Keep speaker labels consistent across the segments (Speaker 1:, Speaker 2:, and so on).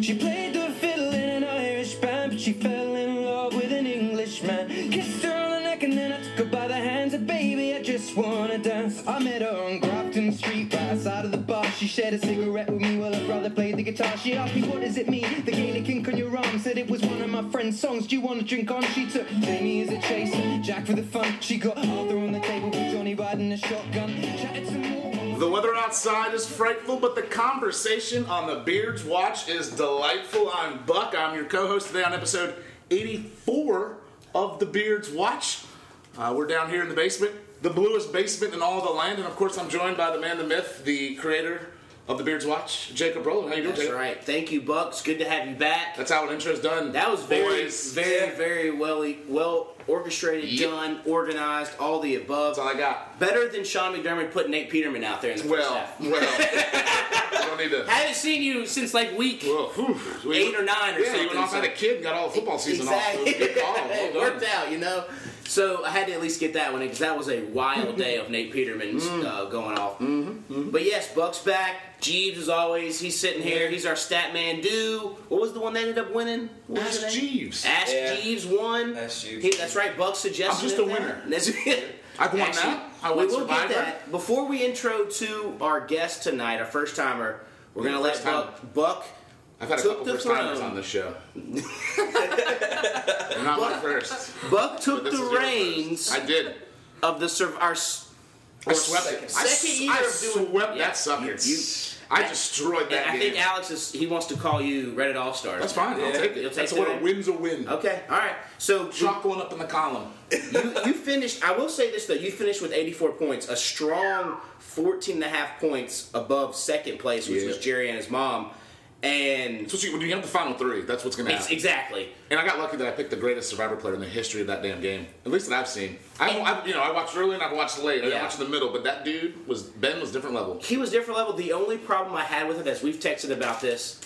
Speaker 1: She played the fiddle in an Irish band, but she fell in love with an Englishman. Kissed her on the neck and then I took her by the hands. And baby, I just wanna dance. I met her on Grafton Street, right outside of the bar. She shared a cigarette with me while her brother played the guitar. She asked me, What does it mean? The Gaelic ink on your arm said it was one of my friend's songs. Do you wanna drink on? She took Jamie as a chaser, Jack for the fun. She got Arthur on the table with Johnny riding a shotgun. Chatted some more.
Speaker 2: The weather outside is frightful, but the conversation on the Beards Watch is delightful. I'm Buck. I'm your co-host today on episode 84 of the Beards Watch. Uh, we're down here in the basement, the bluest basement in all the land, and of course, I'm joined by the man, the myth, the creator of the Beards Watch, Jacob Rowland. How you doing,
Speaker 3: That's
Speaker 2: Jacob?
Speaker 3: right. Thank you, Bucks. Good to have you back.
Speaker 2: That's how an intro's done.
Speaker 3: that was very,
Speaker 2: boys.
Speaker 3: very, very well, e, well orchestrated,
Speaker 2: Yep.
Speaker 3: done, organized, all the above.
Speaker 2: That's all I got.
Speaker 3: Better than Sean McDermott putting Nate Peterman out there in the first
Speaker 2: Well,
Speaker 3: half.
Speaker 2: well. I don't need to.
Speaker 3: Haven't seen you since like week.
Speaker 2: Well, whew. We-
Speaker 3: Eight or nine
Speaker 2: yeah,
Speaker 3: or
Speaker 2: you
Speaker 3: something,
Speaker 2: went off
Speaker 3: so-
Speaker 2: had a kid and got all the football season
Speaker 3: Exactly.
Speaker 2: off. So good call. Well
Speaker 3: it
Speaker 2: done.
Speaker 3: worked out, you know. So I had to at least get that one because that was a wild day of Nate Peterman's
Speaker 2: Mm-hmm.
Speaker 3: uh, going off. But yes, Buck's back. Jeeves, as always, he's sitting here. He's our stat man. Do what was the one that ended up winning? What was
Speaker 2: Ask
Speaker 3: her name?
Speaker 2: Jeeves.
Speaker 3: Ask
Speaker 4: Yeah.
Speaker 3: Jeeves won.
Speaker 4: Ask Jeeves.
Speaker 3: He- that's right. Buck suggested.
Speaker 2: I'm just
Speaker 3: it
Speaker 2: a
Speaker 3: there.
Speaker 2: winner.
Speaker 3: That's it.
Speaker 2: I won
Speaker 3: Actually,
Speaker 2: that. I
Speaker 3: we
Speaker 2: won
Speaker 3: will
Speaker 2: Survivor.
Speaker 3: get that before we intro to our guest tonight, our first timer. We're
Speaker 2: Yeah,
Speaker 3: gonna let
Speaker 2: first timer.
Speaker 3: Buck. Buck.
Speaker 2: I've had a
Speaker 3: took
Speaker 2: couple
Speaker 3: the
Speaker 2: first timers
Speaker 3: throne.
Speaker 2: on this show. You're not my first.
Speaker 3: Buck
Speaker 2: but
Speaker 3: took
Speaker 2: this is
Speaker 3: the
Speaker 2: your
Speaker 3: reins
Speaker 2: first. I did.
Speaker 3: of the sur- our s-
Speaker 2: I swept it. I
Speaker 3: second
Speaker 2: s-
Speaker 3: year
Speaker 2: I
Speaker 3: of doing-
Speaker 2: swept
Speaker 3: Yeah.
Speaker 2: that sucker.
Speaker 3: You- you-
Speaker 2: I destroyed that
Speaker 3: And I
Speaker 2: game.
Speaker 3: think Alex is he wants to call you Reddit All Stars.
Speaker 2: That's fine. I'll
Speaker 4: Yeah.
Speaker 2: take it.
Speaker 3: You'll take
Speaker 2: That's
Speaker 3: the
Speaker 2: what a
Speaker 3: win.
Speaker 2: win's a win.
Speaker 3: Okay, all right. So you,
Speaker 2: Chalk one up in the column.
Speaker 3: you, you finished. I will say this though, you finished with 84 points, a strong 14 and a half points above second place, which
Speaker 2: Yeah.
Speaker 3: was Jerry and his mom, and
Speaker 2: That's what you, when you have the final three, that's what's going to
Speaker 3: ex-
Speaker 2: happen.
Speaker 3: exactly.
Speaker 2: And I got lucky that I picked the greatest survivor player in the history of that damn game. At least that I've seen. I, I you know, I watched early and I watched late. I didn't
Speaker 3: Yeah.
Speaker 2: watch in the middle, but that dude was Ben was different level.
Speaker 3: He was different level. The only problem I had with it, as we've texted about this.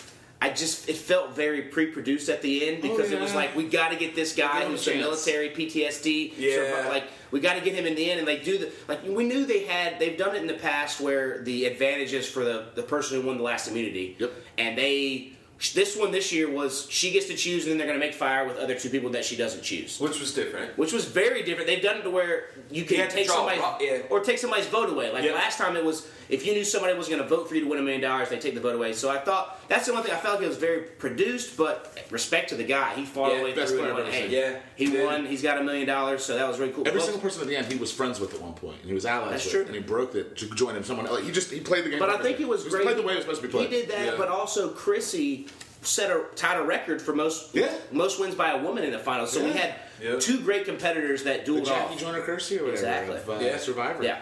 Speaker 3: I just it felt very pre-produced at the end because it was
Speaker 2: Oh, yeah.
Speaker 3: like we got to get this guy
Speaker 2: him
Speaker 3: who's
Speaker 2: a
Speaker 3: the
Speaker 2: chance.
Speaker 3: military PTSD.
Speaker 4: Yeah.
Speaker 3: survi- like we got to get him in the end, and they do the like we knew they had they've done it in the past where the advantage is for the the person who won the last immunity.
Speaker 2: Yep.
Speaker 3: And they this one this year was she gets to choose, and then they're going to make fire with other two people that she doesn't choose.
Speaker 4: Which was different.
Speaker 3: Which was very different. They've done it to where you can
Speaker 4: have to
Speaker 3: take
Speaker 4: draw a
Speaker 3: somebody
Speaker 4: lot, yeah.
Speaker 3: or take somebody's vote away. Like
Speaker 4: Yeah.
Speaker 3: last time, it was if you knew somebody was going to vote for you to win a million dollars, they take the vote away. So I thought that's the one thing I felt like it was very produced. But respect to the guy, he fought
Speaker 4: Yeah,
Speaker 3: all the way
Speaker 2: best
Speaker 3: through.
Speaker 2: player
Speaker 3: And won.
Speaker 2: I've ever
Speaker 3: Hey,
Speaker 4: seen. Yeah,
Speaker 3: he
Speaker 4: he did.
Speaker 3: won. He's got a million dollars, so that was really cool.
Speaker 2: Every
Speaker 3: Well,
Speaker 2: single person at the end he was friends with at one point, and he was allies
Speaker 3: That's
Speaker 2: with,
Speaker 3: true.
Speaker 2: and he broke it to join him. Someone else. he just he played the game.
Speaker 3: But I
Speaker 2: perfectly.
Speaker 3: think it was
Speaker 2: He
Speaker 3: great.
Speaker 2: Played the way it was supposed to be played.
Speaker 3: He did that,
Speaker 2: Yeah.
Speaker 3: but also Chrissy set a tied a record for most
Speaker 2: Yeah.
Speaker 3: most wins by a woman in the finals. So we
Speaker 2: Yeah.
Speaker 3: had
Speaker 4: Yeah.
Speaker 3: two great competitors that
Speaker 2: the
Speaker 3: dueled
Speaker 2: Jackie
Speaker 3: off.
Speaker 2: Joyner Kersey or whatever.
Speaker 3: Exactly.
Speaker 2: Of, uh,
Speaker 4: Yeah.
Speaker 2: Survivor.
Speaker 3: Yeah.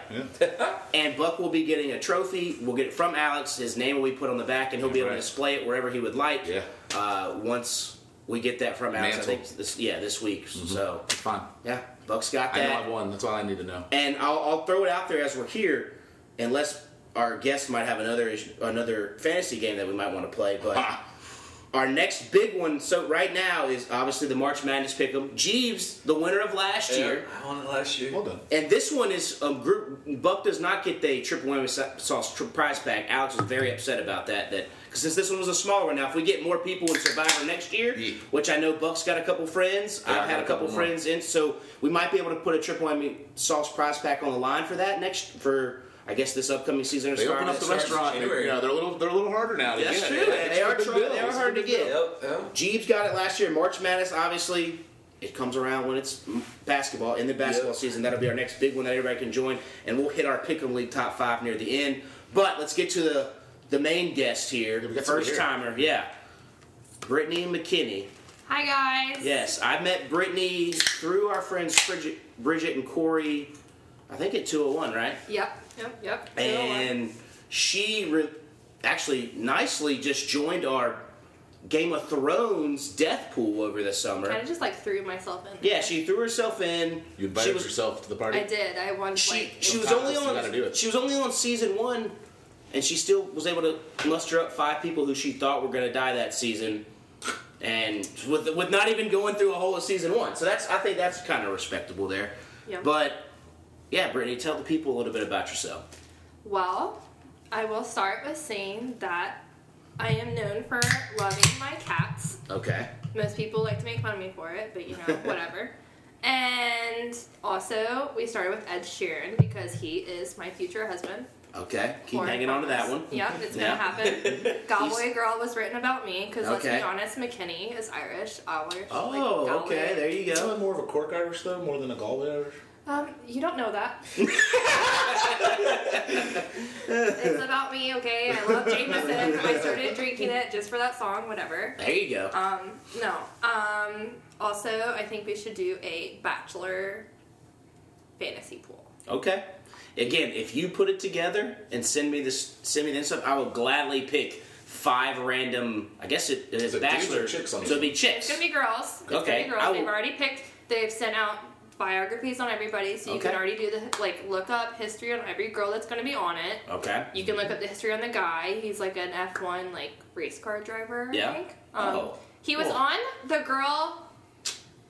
Speaker 3: And Buck will be getting a trophy. We'll get it from Alex. His name will be put on the back, and he'll be able
Speaker 2: Right.
Speaker 3: to display it wherever he would like.
Speaker 2: Yeah.
Speaker 3: Uh, once we get that from Alex,
Speaker 2: Mantle.
Speaker 3: I think this, yeah, this week. So
Speaker 2: Fine.
Speaker 3: yeah, Buck's got
Speaker 2: I know
Speaker 3: that.
Speaker 2: I won. That's all I need to know.
Speaker 3: and I'll, I'll throw it out there as we're here, unless our guest might have another issue- another fantasy game that we might want to play. But
Speaker 2: Ah,
Speaker 3: our next big one, so right now is obviously the March Madness Pick'em. Jeeves, the winner of last year.
Speaker 4: I won it last year.
Speaker 2: well done.
Speaker 3: And this one is a group. Buck does not get the triple whammy sa- sauce tri- prize pack. Alex was very upset about that. That because since this one was a smaller one, now if we get more people in Survivor next year,
Speaker 2: Yeah.
Speaker 3: which I know Buck's got a couple friends,
Speaker 2: Yeah, I
Speaker 3: I've had a couple,
Speaker 2: more.
Speaker 3: friends in, so we might be able to put a triple whammy sauce prize pack on the line for that next for I guess this upcoming season. of
Speaker 2: They
Speaker 3: Survivor
Speaker 2: opened up
Speaker 3: that
Speaker 2: the
Speaker 3: starts-
Speaker 2: restaurant. And,
Speaker 4: January.
Speaker 2: you know, they're a little they're a little harder now. to
Speaker 3: That's
Speaker 2: get.
Speaker 3: true.
Speaker 2: Yeah,
Speaker 3: They,
Speaker 2: it's
Speaker 3: are
Speaker 2: a big
Speaker 3: trying.
Speaker 2: deal.
Speaker 3: They are
Speaker 2: It's a
Speaker 3: hard to
Speaker 2: big
Speaker 3: get.
Speaker 2: deal.
Speaker 4: Yep, yep.
Speaker 3: Jeeves got it last year. March Madness, obviously, it comes around when it's basketball, in the basketball
Speaker 4: Yep.
Speaker 3: season. That'll be our next big one that everybody can join, and we'll hit our Pick'em League top five near the end. But let's get to the the main guest here,
Speaker 2: we got somebody
Speaker 3: first timer. Yeah, Brittany McKinney.
Speaker 5: Hi guys.
Speaker 3: Yes, I met Brittany through our friends Bridget, Bridget and Corey. I think at 201, right?
Speaker 5: Yep. Yep. Yep.
Speaker 3: and she re- actually nicely just joined our Game of Thrones death pool over the
Speaker 5: kind
Speaker 3: summer.
Speaker 5: of just like threw myself in.
Speaker 3: Yeah, she threw herself in.
Speaker 2: You
Speaker 3: she
Speaker 2: invited
Speaker 3: was,
Speaker 2: yourself to the party.
Speaker 5: I did. I won.
Speaker 3: She
Speaker 5: like,
Speaker 3: she was
Speaker 2: Sometimes
Speaker 3: only
Speaker 2: you gotta do
Speaker 3: on
Speaker 2: it.
Speaker 3: she was only on season one, and she still was able to muster up five people who she thought were going to die that season, and with with not even going through a whole of season one. So that's I think that's kind of respectable there.
Speaker 5: Yeah.
Speaker 3: But yeah, Brittany, tell the people a little bit about yourself.
Speaker 5: Well, I will start with saying that I am known for loving my cats.
Speaker 3: Okay.
Speaker 5: Most people like to make fun of me for it, but you know, whatever. And also, we started with Ed Sheeran because he is my future husband.
Speaker 3: Okay. Keep
Speaker 5: Or
Speaker 3: hanging on to that one.
Speaker 5: Yep, it's
Speaker 3: Yeah.
Speaker 5: gonna happen. Galway Girl was written about me because
Speaker 3: Okay.
Speaker 5: let's be honest, McKinney is Irish. Irish. like
Speaker 3: Oh,
Speaker 5: Galway.
Speaker 3: okay. There you
Speaker 6: Isn't
Speaker 3: go.
Speaker 6: that more of a Cork Irish though, more than a Galway Irish?
Speaker 5: Um, you don't know that. it's about me, okay? I love Jameson. I started drinking it just for that song, whatever.
Speaker 3: There you go.
Speaker 5: Um, no. Um, also, I think we should do a bachelor fantasy pool.
Speaker 3: Okay. Again, if you put it together and send me this, send me this stuff, I will gladly pick five random. I guess it, it is
Speaker 6: it dudes or
Speaker 3: bachelor.
Speaker 6: chicks on
Speaker 3: so
Speaker 6: this
Speaker 3: it'd be
Speaker 5: It's
Speaker 3: chicks.
Speaker 5: gonna be girls. It's
Speaker 3: Okay,
Speaker 5: gonna be girls.
Speaker 3: I will-
Speaker 5: They've already picked. They've sent out biographies on everybody, so you
Speaker 3: Okay.
Speaker 5: can already do the like look up history on every girl that's gonna be on it.
Speaker 3: okay.
Speaker 5: You can look up the history on the guy. He's like an F one like race car driver.
Speaker 3: Yeah.
Speaker 5: I think. Um,
Speaker 3: Oh,
Speaker 5: He was
Speaker 3: cool.
Speaker 5: on the girl.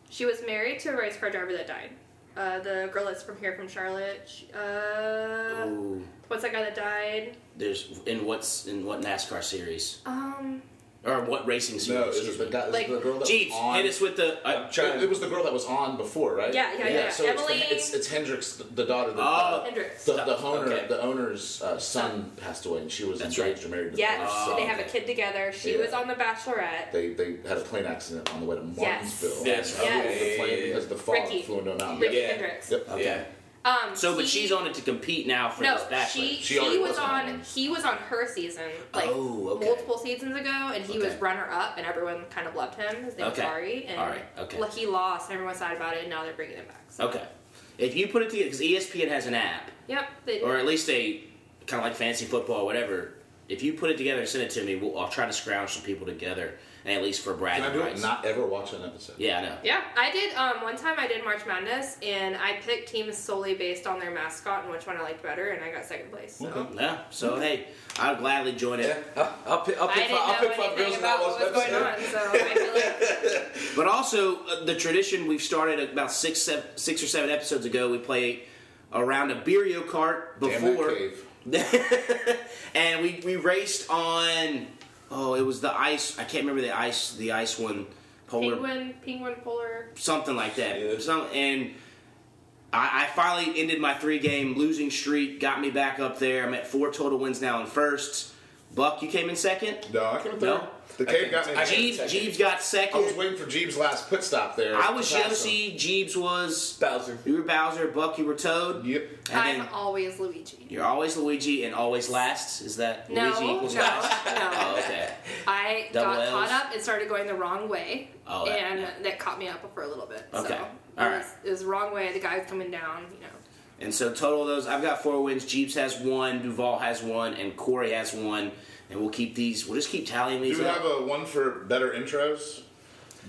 Speaker 5: She was married to a race car driver that died. Uh, the girl that's from here from Charlotte. She- uh,
Speaker 3: Ooh,
Speaker 5: what's that guy that died?
Speaker 3: there's in what's in what NASCAR series
Speaker 5: Um,
Speaker 3: or what racing series?
Speaker 6: No, is
Speaker 3: excuse
Speaker 6: it the,
Speaker 3: me.
Speaker 6: guy, is
Speaker 5: Like,
Speaker 6: the girl that
Speaker 3: Jeeves,
Speaker 6: was on?
Speaker 3: hit us with the.
Speaker 6: I'm
Speaker 3: Uh,
Speaker 6: trying- it was the girl that was on before, right?
Speaker 5: Yeah, yeah, yeah, yeah.
Speaker 6: So it's, the-
Speaker 5: Emily-
Speaker 6: it's, it's Hendrix, the, the daughter. The,
Speaker 3: Oh.
Speaker 5: Hendrix.
Speaker 6: the, the owner,
Speaker 3: Okay.
Speaker 6: the owner's uh, son passed away, and she was
Speaker 3: That's
Speaker 6: engaged
Speaker 3: right.
Speaker 6: or married. to the
Speaker 5: Yes,
Speaker 6: owner's son.
Speaker 5: they
Speaker 3: Ah,
Speaker 5: have a kid together. She
Speaker 6: Yeah.
Speaker 5: was on The Bachelorette.
Speaker 6: They they had a plane accident on the way to
Speaker 5: Yes.
Speaker 6: Martinsville.
Speaker 3: Yes.
Speaker 6: As
Speaker 5: Yes.
Speaker 6: the plane, as the fog
Speaker 5: Ricky.
Speaker 6: flew into an island.
Speaker 5: Ricky
Speaker 4: Yeah.
Speaker 5: Hendricks.
Speaker 6: Yep.
Speaker 3: okay.
Speaker 4: Yeah.
Speaker 5: Um,
Speaker 3: So, but
Speaker 5: he-
Speaker 3: she's on it to compete now for
Speaker 5: No,
Speaker 3: this bachelor.
Speaker 5: she
Speaker 6: She
Speaker 5: he
Speaker 6: already
Speaker 5: was,
Speaker 6: was
Speaker 5: on.
Speaker 6: on.
Speaker 5: He was on her season, like
Speaker 3: Oh, okay.
Speaker 5: multiple seasons ago, and he was
Speaker 3: Okay.
Speaker 5: runner up, and everyone kind of loved him. His name was
Speaker 3: Okay.
Speaker 5: Ari, and
Speaker 3: All right, okay.
Speaker 5: well, he lost, and everyone was sad about it, and now they're bringing him back. So.
Speaker 3: okay. If you put it together, E because ESPN has an app,
Speaker 5: Yep. They,
Speaker 3: or at least they kind of like fancy football, or whatever. If you put it together and send it to me, we'll, I'll try to scrounge some people together, and at least for bragging
Speaker 6: Can I do it?
Speaker 3: rights.
Speaker 6: Not ever watch an episode.
Speaker 3: yeah, I know.
Speaker 5: yeah, I did. Um, one time I did March Madness, and I picked teams solely based on their mascot and which one I liked better, and I got second place. So.
Speaker 6: Okay.
Speaker 3: Yeah. So
Speaker 6: Mm-hmm.
Speaker 3: hey, I'll gladly join it.
Speaker 4: Yeah, I'll, I'll pick, I'll
Speaker 5: I
Speaker 4: pick
Speaker 5: didn't
Speaker 4: five, I'll
Speaker 5: know
Speaker 4: pick five girls
Speaker 5: anything
Speaker 4: and I
Speaker 5: about
Speaker 4: watch
Speaker 5: what was
Speaker 4: that
Speaker 5: going
Speaker 4: episode.
Speaker 5: on, so I feel like
Speaker 3: But also uh, the tradition we've started about six, seven, six or seven episodes ago. We play around a Birrio cart
Speaker 6: Damn that
Speaker 3: before,
Speaker 6: cave.
Speaker 3: and we we raced on. Oh, it was the ice. I can't remember the ice. The ice one. Polar
Speaker 5: penguin, penguin polar.
Speaker 3: something like that.
Speaker 4: Yeah.
Speaker 3: Some, and I, I finally ended my three game losing streak, got me back up there. I'm at four total wins now in first. Buck, you came in second.
Speaker 6: No, I can't.
Speaker 3: No.
Speaker 6: The cave got me.
Speaker 4: I came
Speaker 3: Jeeves,
Speaker 4: second.
Speaker 3: Jeeves got
Speaker 6: I was
Speaker 3: second.
Speaker 6: waiting for Jeeb's last pit stop there.
Speaker 3: I was
Speaker 6: To pass him.
Speaker 3: Josie, Jeeves was.
Speaker 4: Bowser.
Speaker 3: You were Bowser, Buck, you were Toad.
Speaker 6: Yep.
Speaker 3: And
Speaker 5: I'm
Speaker 3: then
Speaker 5: always Luigi.
Speaker 3: you're always Luigi and always last. Is that
Speaker 5: No,
Speaker 3: Luigi equals
Speaker 5: no,
Speaker 3: last?
Speaker 5: no.
Speaker 3: Oh, okay.
Speaker 5: I
Speaker 3: Double
Speaker 5: got
Speaker 3: Ls.
Speaker 5: caught up and started going the wrong way,
Speaker 3: Oh, that-
Speaker 5: and
Speaker 3: yeah.
Speaker 5: that caught me up for a little bit.
Speaker 3: Okay.
Speaker 5: So
Speaker 3: All
Speaker 5: it
Speaker 3: right.
Speaker 5: was, it was the wrong way. The guy was coming down. You know,
Speaker 3: And so total of those, I've got four wins. Jeeves has one, Duval has one, and Corey has one. And we'll keep these. We'll just keep tallying
Speaker 6: Do
Speaker 3: these.
Speaker 6: we
Speaker 3: up.
Speaker 6: have a one for better intros?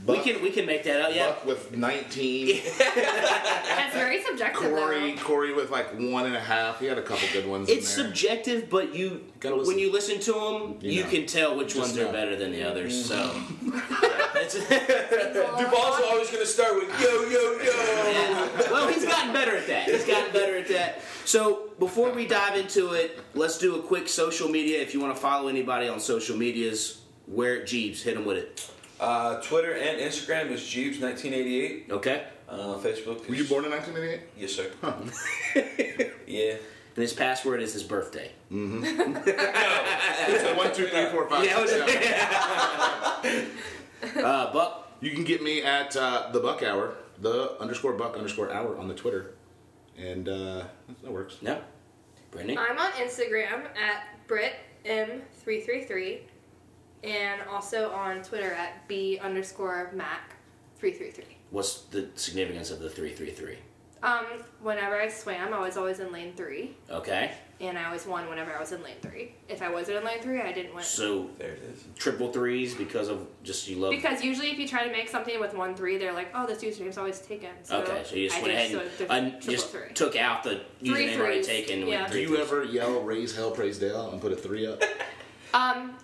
Speaker 3: We
Speaker 6: Buck-
Speaker 3: can we can make that up. Yeah,
Speaker 6: Buck with nineteen.
Speaker 5: that's very subjective.
Speaker 6: Corey,
Speaker 5: though.
Speaker 6: Corey with like one and a half. He had a couple good ones.
Speaker 3: it's
Speaker 6: in there.
Speaker 3: subjective, but you
Speaker 6: Gotta listen.
Speaker 3: when you listen to them,
Speaker 6: You
Speaker 3: you,
Speaker 6: know.
Speaker 3: can tell which ones
Speaker 6: know.
Speaker 3: are better than the others. So, It's-
Speaker 4: Duval's always going to start with yo, yo, yo.
Speaker 3: yeah. well, he's gotten better at that. He's gotten better at that. So before we dive into it, let's do a quick social media. If you want to follow anybody on social medias, where Jeeves hit them with it.
Speaker 4: Uh, Twitter and Instagram is Jeeves1988.
Speaker 3: Okay.
Speaker 4: Uh, Facebook is...
Speaker 6: Were you born in 1988?
Speaker 4: Yes, sir. yeah.
Speaker 3: And his password is his birthday.
Speaker 6: So one, two, three, four, five,
Speaker 3: Yeah,
Speaker 6: six,
Speaker 3: it was-
Speaker 6: seven.
Speaker 3: Uh, Buck.
Speaker 6: You can get me at uh, the Buck Hour, the underscore Buck underscore Hour on the Twitter, and uh, that works.
Speaker 3: No. Brittany.
Speaker 5: I'm on Instagram at BritM333, and also on Twitter at B underscore Mac 333.
Speaker 3: What's the significance of the three three three?
Speaker 5: Um, whenever I swam, I was always in lane three,
Speaker 3: Okay.
Speaker 5: and I always won whenever I was in lane three. If I wasn't in lane three, I didn't win.
Speaker 3: So
Speaker 4: There it is.
Speaker 3: triple threes because of just you love.
Speaker 5: Because usually, if you try to make something with one three, they're like, "Oh, this username's always taken." So
Speaker 3: okay, so you just
Speaker 5: I
Speaker 3: went
Speaker 5: just
Speaker 3: ahead
Speaker 5: sort
Speaker 3: and
Speaker 5: of did
Speaker 3: un-
Speaker 5: triple
Speaker 3: just
Speaker 5: three.
Speaker 3: took out the
Speaker 5: Three
Speaker 3: username already
Speaker 5: threes,
Speaker 3: taken. and
Speaker 5: yeah.
Speaker 3: went
Speaker 5: Do
Speaker 6: Do
Speaker 3: three
Speaker 6: you
Speaker 3: threes.
Speaker 6: ever yell "Raise Hell, Praise Dale" and put a three up?
Speaker 5: Um,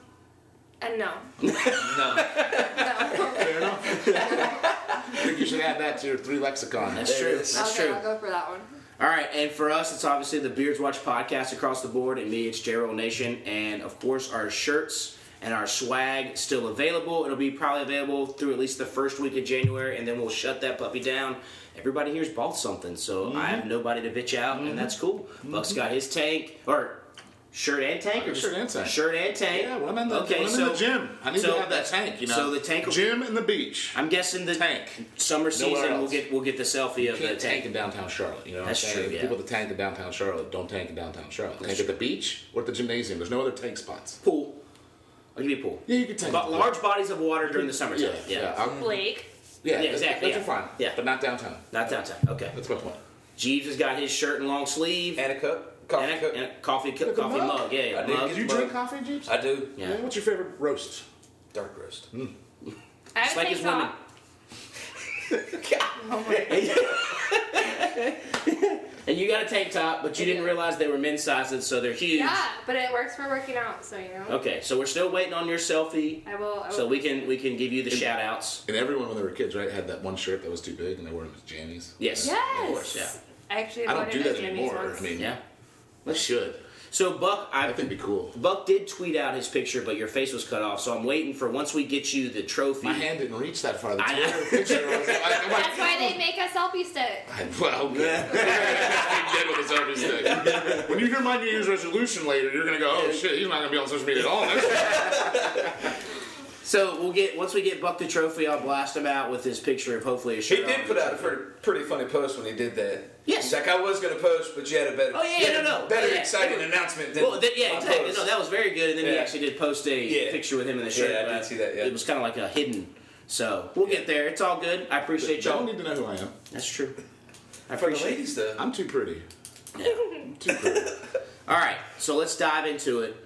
Speaker 5: and no,
Speaker 4: No.
Speaker 5: no.
Speaker 6: Fair enough. I think you should add that to your three lexicon.
Speaker 3: That's
Speaker 4: There
Speaker 3: true.
Speaker 4: it is.
Speaker 3: That's
Speaker 5: okay,
Speaker 3: true.
Speaker 5: I'll go for that one.
Speaker 3: All right, and for us, it's obviously the Beards Watch podcast across the board, and me, it's J Roll Nation, and of course our shirts and our swag still available. It'll be probably available through at least the first week of January, and then we'll shut that puppy down. Everybody here's bought something, so I have
Speaker 6: Mm-hmm.
Speaker 3: nobody to bitch out, and that's cool. Buck's got his tank or shirt and tank, or
Speaker 6: Uh,
Speaker 3: just
Speaker 6: Shirt and tank.
Speaker 3: shirt and tank.
Speaker 6: Yeah, when I'm in the, when I'm in the gym, I need
Speaker 3: so
Speaker 6: to have that
Speaker 3: the-
Speaker 6: tank. You know,
Speaker 3: so the tank will-
Speaker 6: gym and the beach.
Speaker 3: I'm guessing the
Speaker 6: Tank.
Speaker 3: summer season we'll
Speaker 6: else.
Speaker 3: get we'll get the selfie of the
Speaker 2: Can't tank
Speaker 3: tank.
Speaker 2: in downtown Charlotte. You know what
Speaker 3: That's
Speaker 2: I'm saying?
Speaker 3: true, yeah.
Speaker 2: People that tank in downtown Charlotte don't tank in downtown Charlotte. Tank at the beach or at the gymnasium. There's no other tank spots.
Speaker 3: Pool. I'll give you a pool.
Speaker 2: Yeah, you can tank.
Speaker 3: But large bodies of water during the summertime.
Speaker 2: yeah,
Speaker 3: Yeah,
Speaker 2: yeah, yeah. I'm-
Speaker 5: Blake.
Speaker 2: yeah,
Speaker 3: Yeah, exactly,
Speaker 2: That's
Speaker 3: yeah.
Speaker 2: fine.
Speaker 3: Yeah.
Speaker 2: but not downtown.
Speaker 3: not downtown. Okay.
Speaker 2: That's my point.
Speaker 3: Jeeves has got his shirt and long sleeve
Speaker 4: And a cup. Coffee
Speaker 3: and
Speaker 4: cup.
Speaker 3: a, and a coffee cup,
Speaker 6: Look, a
Speaker 3: coffee
Speaker 6: mug.
Speaker 3: mug. Yeah, yeah,
Speaker 4: I did
Speaker 3: mug.
Speaker 4: get
Speaker 6: Do you
Speaker 4: But-
Speaker 6: drink coffee, Jeeps?
Speaker 4: I do.
Speaker 3: yeah.
Speaker 6: What's your favorite roast?
Speaker 4: Dark roast.
Speaker 5: I
Speaker 3: It's
Speaker 5: would
Speaker 3: like
Speaker 5: say
Speaker 3: his
Speaker 5: top.
Speaker 3: women.
Speaker 2: Oh
Speaker 3: and you got a tank top, but you didn't realize they were men's sizes, so they're huge.
Speaker 5: Yeah, but it works for working out, so you know.
Speaker 3: Okay, so we're still waiting on your selfie,
Speaker 5: I will. I will
Speaker 3: so we can we can give you the shout outs.
Speaker 2: And everyone, when they were kids, right, had that one shirt that was too big and they wore it with jammies.
Speaker 3: Yes,
Speaker 5: Yes.
Speaker 3: of course, yeah,
Speaker 5: I actually
Speaker 2: I don't
Speaker 5: bought it
Speaker 2: do
Speaker 5: at
Speaker 2: that
Speaker 5: Jimmy's
Speaker 2: anymore.
Speaker 5: once.
Speaker 2: I mean,
Speaker 3: yeah.
Speaker 2: I should.
Speaker 3: So Buck,
Speaker 2: I
Speaker 3: I
Speaker 2: think it'd be cool.
Speaker 3: Buck did tweet out his picture, but your face was cut off. So I'm waiting for once we get you the trophy.
Speaker 2: My hand didn't reach that far. The
Speaker 3: I know.
Speaker 2: Twitter picture was like, oh I'm like,
Speaker 5: That's why they make a selfie stick.
Speaker 2: well, okay. He did with his own mistake.
Speaker 6: When you hear my New Year's resolution later, you're gonna go, "Oh shit, he's not gonna be on social media at all." Next year."
Speaker 3: So we'll get once we get Buck the trophy, I'll blast him out with his picture of hopefully a
Speaker 4: He
Speaker 3: shirt.
Speaker 4: did
Speaker 3: on.
Speaker 4: put out a pretty- pretty funny post when he did that.
Speaker 3: Yes.
Speaker 4: He's like, I was going to post, but you had a better,
Speaker 3: Oh, yeah,
Speaker 4: you had
Speaker 3: no,
Speaker 4: a
Speaker 3: no.
Speaker 4: better
Speaker 3: Yeah.
Speaker 4: exciting announcement than
Speaker 3: Well, th- yeah,
Speaker 4: my
Speaker 3: exactly.
Speaker 4: post.
Speaker 3: No, that was very good. And then he
Speaker 4: Yeah.
Speaker 3: actually did post a
Speaker 4: Yeah.
Speaker 3: picture with him in the shirt.
Speaker 4: Yeah, I did
Speaker 3: but
Speaker 4: see that, yeah.
Speaker 3: it was kind of like a hidden. So we'll get there. It's all good. I appreciate
Speaker 6: Y'all
Speaker 3: y'all.
Speaker 6: need to know who I am.
Speaker 3: That's true. I
Speaker 4: For the
Speaker 3: appreciate.
Speaker 4: ladies, though.
Speaker 6: I'm too pretty.
Speaker 3: Yeah.
Speaker 6: I'm too pretty.
Speaker 3: All right, so let's dive into it.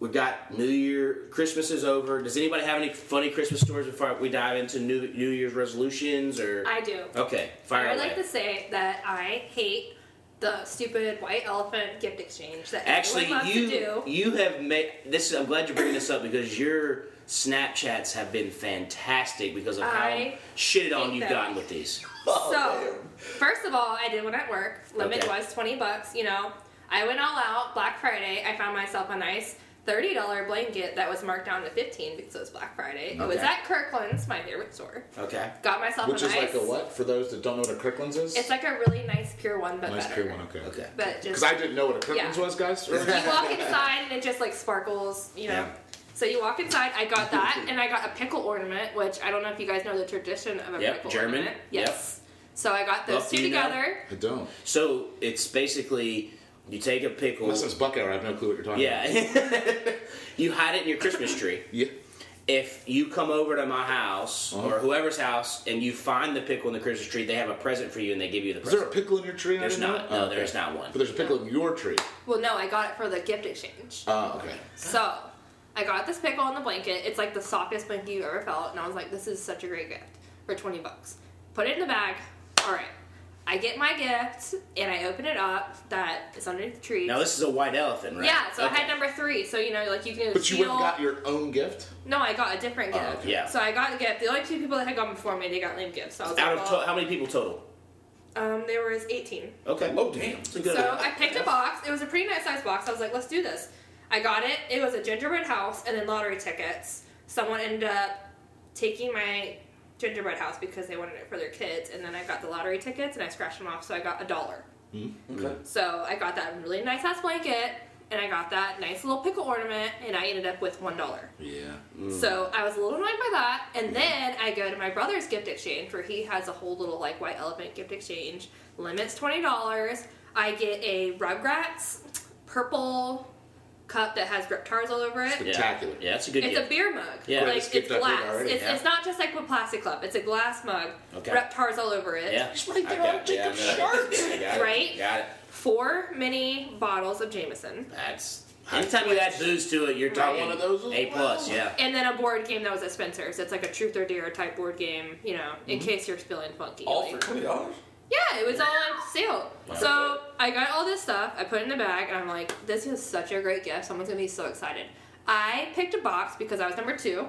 Speaker 3: We got New Year. Christmas is over. Does anybody have any funny Christmas stories before we dive into New New Year's resolutions or?
Speaker 5: I do.
Speaker 3: okay, fire
Speaker 5: I
Speaker 3: away.
Speaker 5: would like to say that I hate the stupid white elephant gift exchange that
Speaker 3: Actually,
Speaker 5: everyone loves to
Speaker 3: you
Speaker 5: do.
Speaker 3: you have made this. Is, I'm glad you bring this up because your Snapchats have been fantastic because of how
Speaker 5: I
Speaker 3: shit on
Speaker 5: hate
Speaker 3: you've
Speaker 5: them.
Speaker 3: gotten with these.
Speaker 2: Oh,
Speaker 5: so, first of all, I did one at work. Limit
Speaker 3: Okay.
Speaker 5: was 20 bucks, you know. I went all out. Black Friday, I found myself a nice $30 blanket that was marked down to 15 because it was Black Friday. It was
Speaker 3: Okay.
Speaker 5: at Kirkland's, my favorite store.
Speaker 3: Okay.
Speaker 5: Got myself
Speaker 2: Which
Speaker 5: a
Speaker 2: is like
Speaker 5: nice.
Speaker 2: a what? For those that don't know what a Kirkland's is?
Speaker 5: It's like a really nice pure one, but
Speaker 2: nice
Speaker 5: better.
Speaker 2: pure one, okay.
Speaker 3: Okay.
Speaker 5: But just
Speaker 6: Because I didn't know what a Kirkland's
Speaker 5: Yeah.
Speaker 6: was, guys.
Speaker 5: you walk inside and it just like sparkles, you know.
Speaker 3: Yeah.
Speaker 5: So you walk inside. I got that, and I got a pickle ornament, which I don't know if you guys know the tradition of a
Speaker 3: Yep,
Speaker 5: pickle
Speaker 3: German.
Speaker 5: ornament. Yes. So I got those
Speaker 3: Buck, do
Speaker 5: two
Speaker 3: you know?
Speaker 5: together.
Speaker 2: I don't.
Speaker 3: So it's basically you take a pickle.
Speaker 2: Unless it's bucket, I have no clue what you're talking about.
Speaker 3: yeah. you hide it in your Christmas tree.
Speaker 2: Yeah.
Speaker 3: If you come over to my house
Speaker 2: Uh-huh.
Speaker 3: or whoever's house and you find the pickle in the Christmas tree, they have a present for you and they give you the
Speaker 2: Is there
Speaker 3: present.
Speaker 2: a pickle in your tree? I
Speaker 3: There's
Speaker 2: didn't know?
Speaker 3: not. No,
Speaker 2: okay.
Speaker 3: there's not one.
Speaker 2: But there's a pickle in your tree.
Speaker 5: Well, no, I got it for the gift exchange.
Speaker 3: Uh.
Speaker 2: Oh, okay.
Speaker 5: So I got this pickle on the blanket. It's like the softest blanket you ever felt, and I was like, this is such a great gift for 20 bucks. Put it in the bag. All right. I get my gift and I open it up. That is underneath the tree.
Speaker 3: Now this is a white elephant, right?
Speaker 5: yeah, so I
Speaker 3: Okay.
Speaker 5: had number three. So you know, like you can
Speaker 2: But you
Speaker 5: feel
Speaker 2: went and got your own gift?
Speaker 5: No, I got a different gift.
Speaker 2: okay.
Speaker 3: Uh, Yeah.
Speaker 5: So I got a gift. The only two people that had gone before me, they got lame gifts. So I was
Speaker 3: Out
Speaker 5: like,
Speaker 3: of
Speaker 5: well,
Speaker 3: to- how many people total?
Speaker 5: um, there was 18.
Speaker 3: Okay.
Speaker 4: Oh, damn.
Speaker 3: It's a good
Speaker 5: So
Speaker 3: one.
Speaker 5: I picked a box. It was a pretty nice sized box. I was like, let's do this. I got it. It was a gingerbread house and then lottery tickets. Someone ended up taking my gingerbread house because they wanted it for their kids, and then I got the lottery tickets and I scratched them off, so I got a dollar.
Speaker 3: Hmm?
Speaker 4: Okay.
Speaker 5: So I got that really nice ass blanket, and I got that nice little pickle ornament, and I ended up with one dollar.
Speaker 2: Yeah.
Speaker 3: Mm.
Speaker 5: So I was a little annoyed by that, and then I go to my brother's gift exchange where he has a whole little like white elephant gift exchange. Limits twenty dollars. I get a Rugrats purple cup that has Reptars all over it.
Speaker 3: Yeah.
Speaker 2: Spectacular.
Speaker 3: Yeah, it's a good
Speaker 5: It's
Speaker 3: gift.
Speaker 5: a beer mug.
Speaker 3: Yeah. Great,
Speaker 5: like
Speaker 2: just gift
Speaker 5: it's
Speaker 2: I've heard
Speaker 5: glass.
Speaker 2: already,
Speaker 5: it's,
Speaker 3: yeah.
Speaker 5: it's not just like with plastic club. It's a glass mug.
Speaker 3: Okay.
Speaker 5: Reptars all over it.
Speaker 3: Yeah.
Speaker 2: It's right there
Speaker 3: I got-
Speaker 2: on Jacob
Speaker 3: yeah, I know. I got it.
Speaker 5: Right?
Speaker 3: Got it.
Speaker 5: Four mini bottles of Jameson,
Speaker 3: That's anytime you add booze to it, you're talking
Speaker 2: one of those as
Speaker 3: A plus,
Speaker 2: well.
Speaker 3: yeah.
Speaker 5: and then a board game that was at Spencer's. It's like a truth or dare type board game. You know, in
Speaker 3: Mm-hmm.
Speaker 5: case you're feeling funky.
Speaker 4: All
Speaker 5: like-
Speaker 4: for $20?
Speaker 5: Yeah, it was all on sale. So I got all this stuff, I put it in the bag, and I'm like, this is such a great gift. Someone's gonna be so excited. I picked a box because I was number two.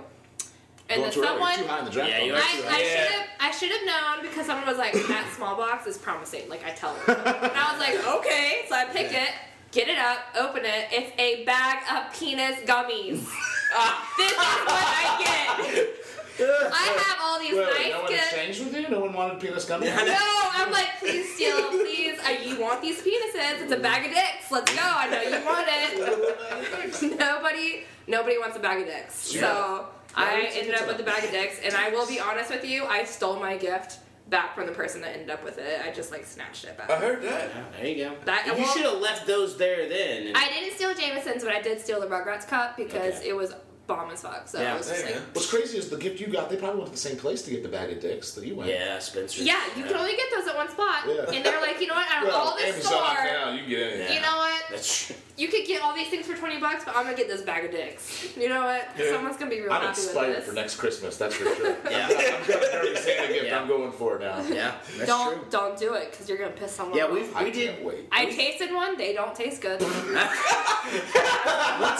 Speaker 5: And
Speaker 2: Going
Speaker 5: then
Speaker 2: too early.
Speaker 5: someone
Speaker 2: Too high in the draft.
Speaker 3: Yeah, you
Speaker 2: on that.
Speaker 5: I, I
Speaker 3: Yeah.
Speaker 5: should have I should have known because someone was like, that small box is promising. Like I tell them. and I was like, okay, so I pick it. Get it up, open it. It's a bag of penis gummies. Uh, this is what I get. I have all these
Speaker 2: Wait, wait,
Speaker 5: nice
Speaker 2: no one
Speaker 5: gifts.
Speaker 2: exchanged with you? No one wanted penis gummies?
Speaker 5: No, I'm like, please steal, please. I, you want these penises? It's a bag of dicks. Let's go. I know you want it. nobody, nobody wants a bag of dicks. So I ended up with a bag of dicks, and I will be honest with you, I stole my gift back from the person that ended up with it. I just like snatched it back.
Speaker 4: I heard that.
Speaker 3: There you go.
Speaker 5: That-
Speaker 3: you
Speaker 5: well-
Speaker 3: should have left those there then.
Speaker 5: I didn't steal Jameson's, but I did steal the Rugrats cup because
Speaker 3: Okay.
Speaker 5: it was bomb as fuck. So
Speaker 3: Yeah,
Speaker 5: I was
Speaker 4: There
Speaker 5: just
Speaker 4: you
Speaker 5: like,
Speaker 4: go.
Speaker 2: What's crazy is the gift you got, they probably went to the same place to get the bag of dicks that you went.
Speaker 3: yeah, Spencer.
Speaker 5: yeah, you can only get those at one spot,
Speaker 2: Yeah.
Speaker 5: and they're like, you know what? Out of
Speaker 2: Well,
Speaker 5: all this
Speaker 2: Amazon
Speaker 5: store,
Speaker 2: now,
Speaker 4: you get anything.
Speaker 5: you know what?
Speaker 3: That's true.
Speaker 5: You could get all these things for 20 bucks, but I'm gonna get this bag of dicks. You know what?
Speaker 2: Yeah.
Speaker 5: Someone's gonna be real
Speaker 2: I'm
Speaker 5: happy
Speaker 2: excited
Speaker 5: with
Speaker 2: for
Speaker 5: this.
Speaker 2: next Christmas, that's for sure.
Speaker 3: Yeah.
Speaker 2: I've got a dirty Santa gift
Speaker 3: Yeah.
Speaker 2: I'm going for now.
Speaker 3: Yeah, that's
Speaker 5: don't
Speaker 3: true.
Speaker 5: don't do it because you're gonna piss someone
Speaker 3: Yeah,
Speaker 5: off.
Speaker 3: we've,
Speaker 2: I
Speaker 3: we did.
Speaker 2: can't wait.
Speaker 5: I tasted one, they don't taste good.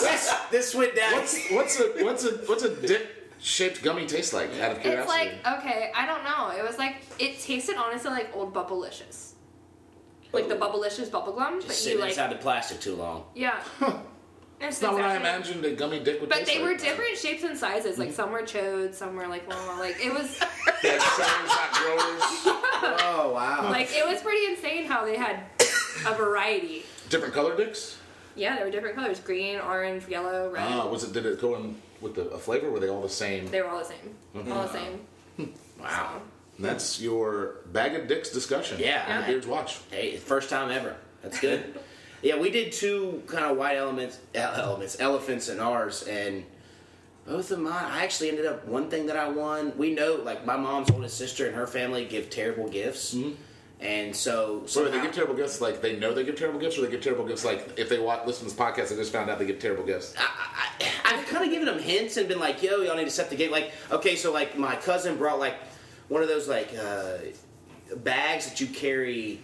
Speaker 3: This, this went down.
Speaker 2: What's what's a what's a what's a dick shaped gummy taste like? Out of
Speaker 5: it's
Speaker 2: curiosity.
Speaker 5: like, okay, I don't know. It was like it tasted honestly like old bubblelicious. Like the bubblelicious bubble gum,
Speaker 3: Just
Speaker 5: but you
Speaker 3: sitting
Speaker 5: like
Speaker 3: inside the plastic too long.
Speaker 5: Yeah.
Speaker 2: It's not what I imagined a gummy dick would
Speaker 5: But
Speaker 2: taste
Speaker 5: they
Speaker 2: like.
Speaker 5: were different shapes and sizes. Like some were chode, some were like long. Like it was
Speaker 2: They had sellers, not growers.
Speaker 3: Oh wow.
Speaker 5: like it was pretty insane how they had a variety.
Speaker 2: Different color dicks?
Speaker 5: Yeah, there were different colors: green, orange, yellow, red.
Speaker 3: Oh,
Speaker 2: Ah, was it did it go in with the, a flavor? Were they all the same?
Speaker 5: They were all the same.
Speaker 3: Mm-hmm.
Speaker 5: All the same.
Speaker 2: Wow. That's your bag of dicks discussion.
Speaker 3: Yeah.
Speaker 2: On the Beard's Watch.
Speaker 3: Hey, first time ever. That's good. yeah, we did two kind of white elements, ele- elements, elephants and ours, and both of mine. I actually ended up one thing that I won. We know, like my mom's oldest sister and her family give terrible gifts, and so
Speaker 2: So wait, they
Speaker 3: somehow-
Speaker 2: give terrible gifts like they know they give terrible gifts, or they give terrible gifts like if they watch, listen to this podcast, they just found out they give terrible gifts.
Speaker 3: I, I, I've kind of given them hints and been like, "Yo, y'all need to set the gate." Like, okay, so like my cousin brought like one of those like uh, bags that you carry.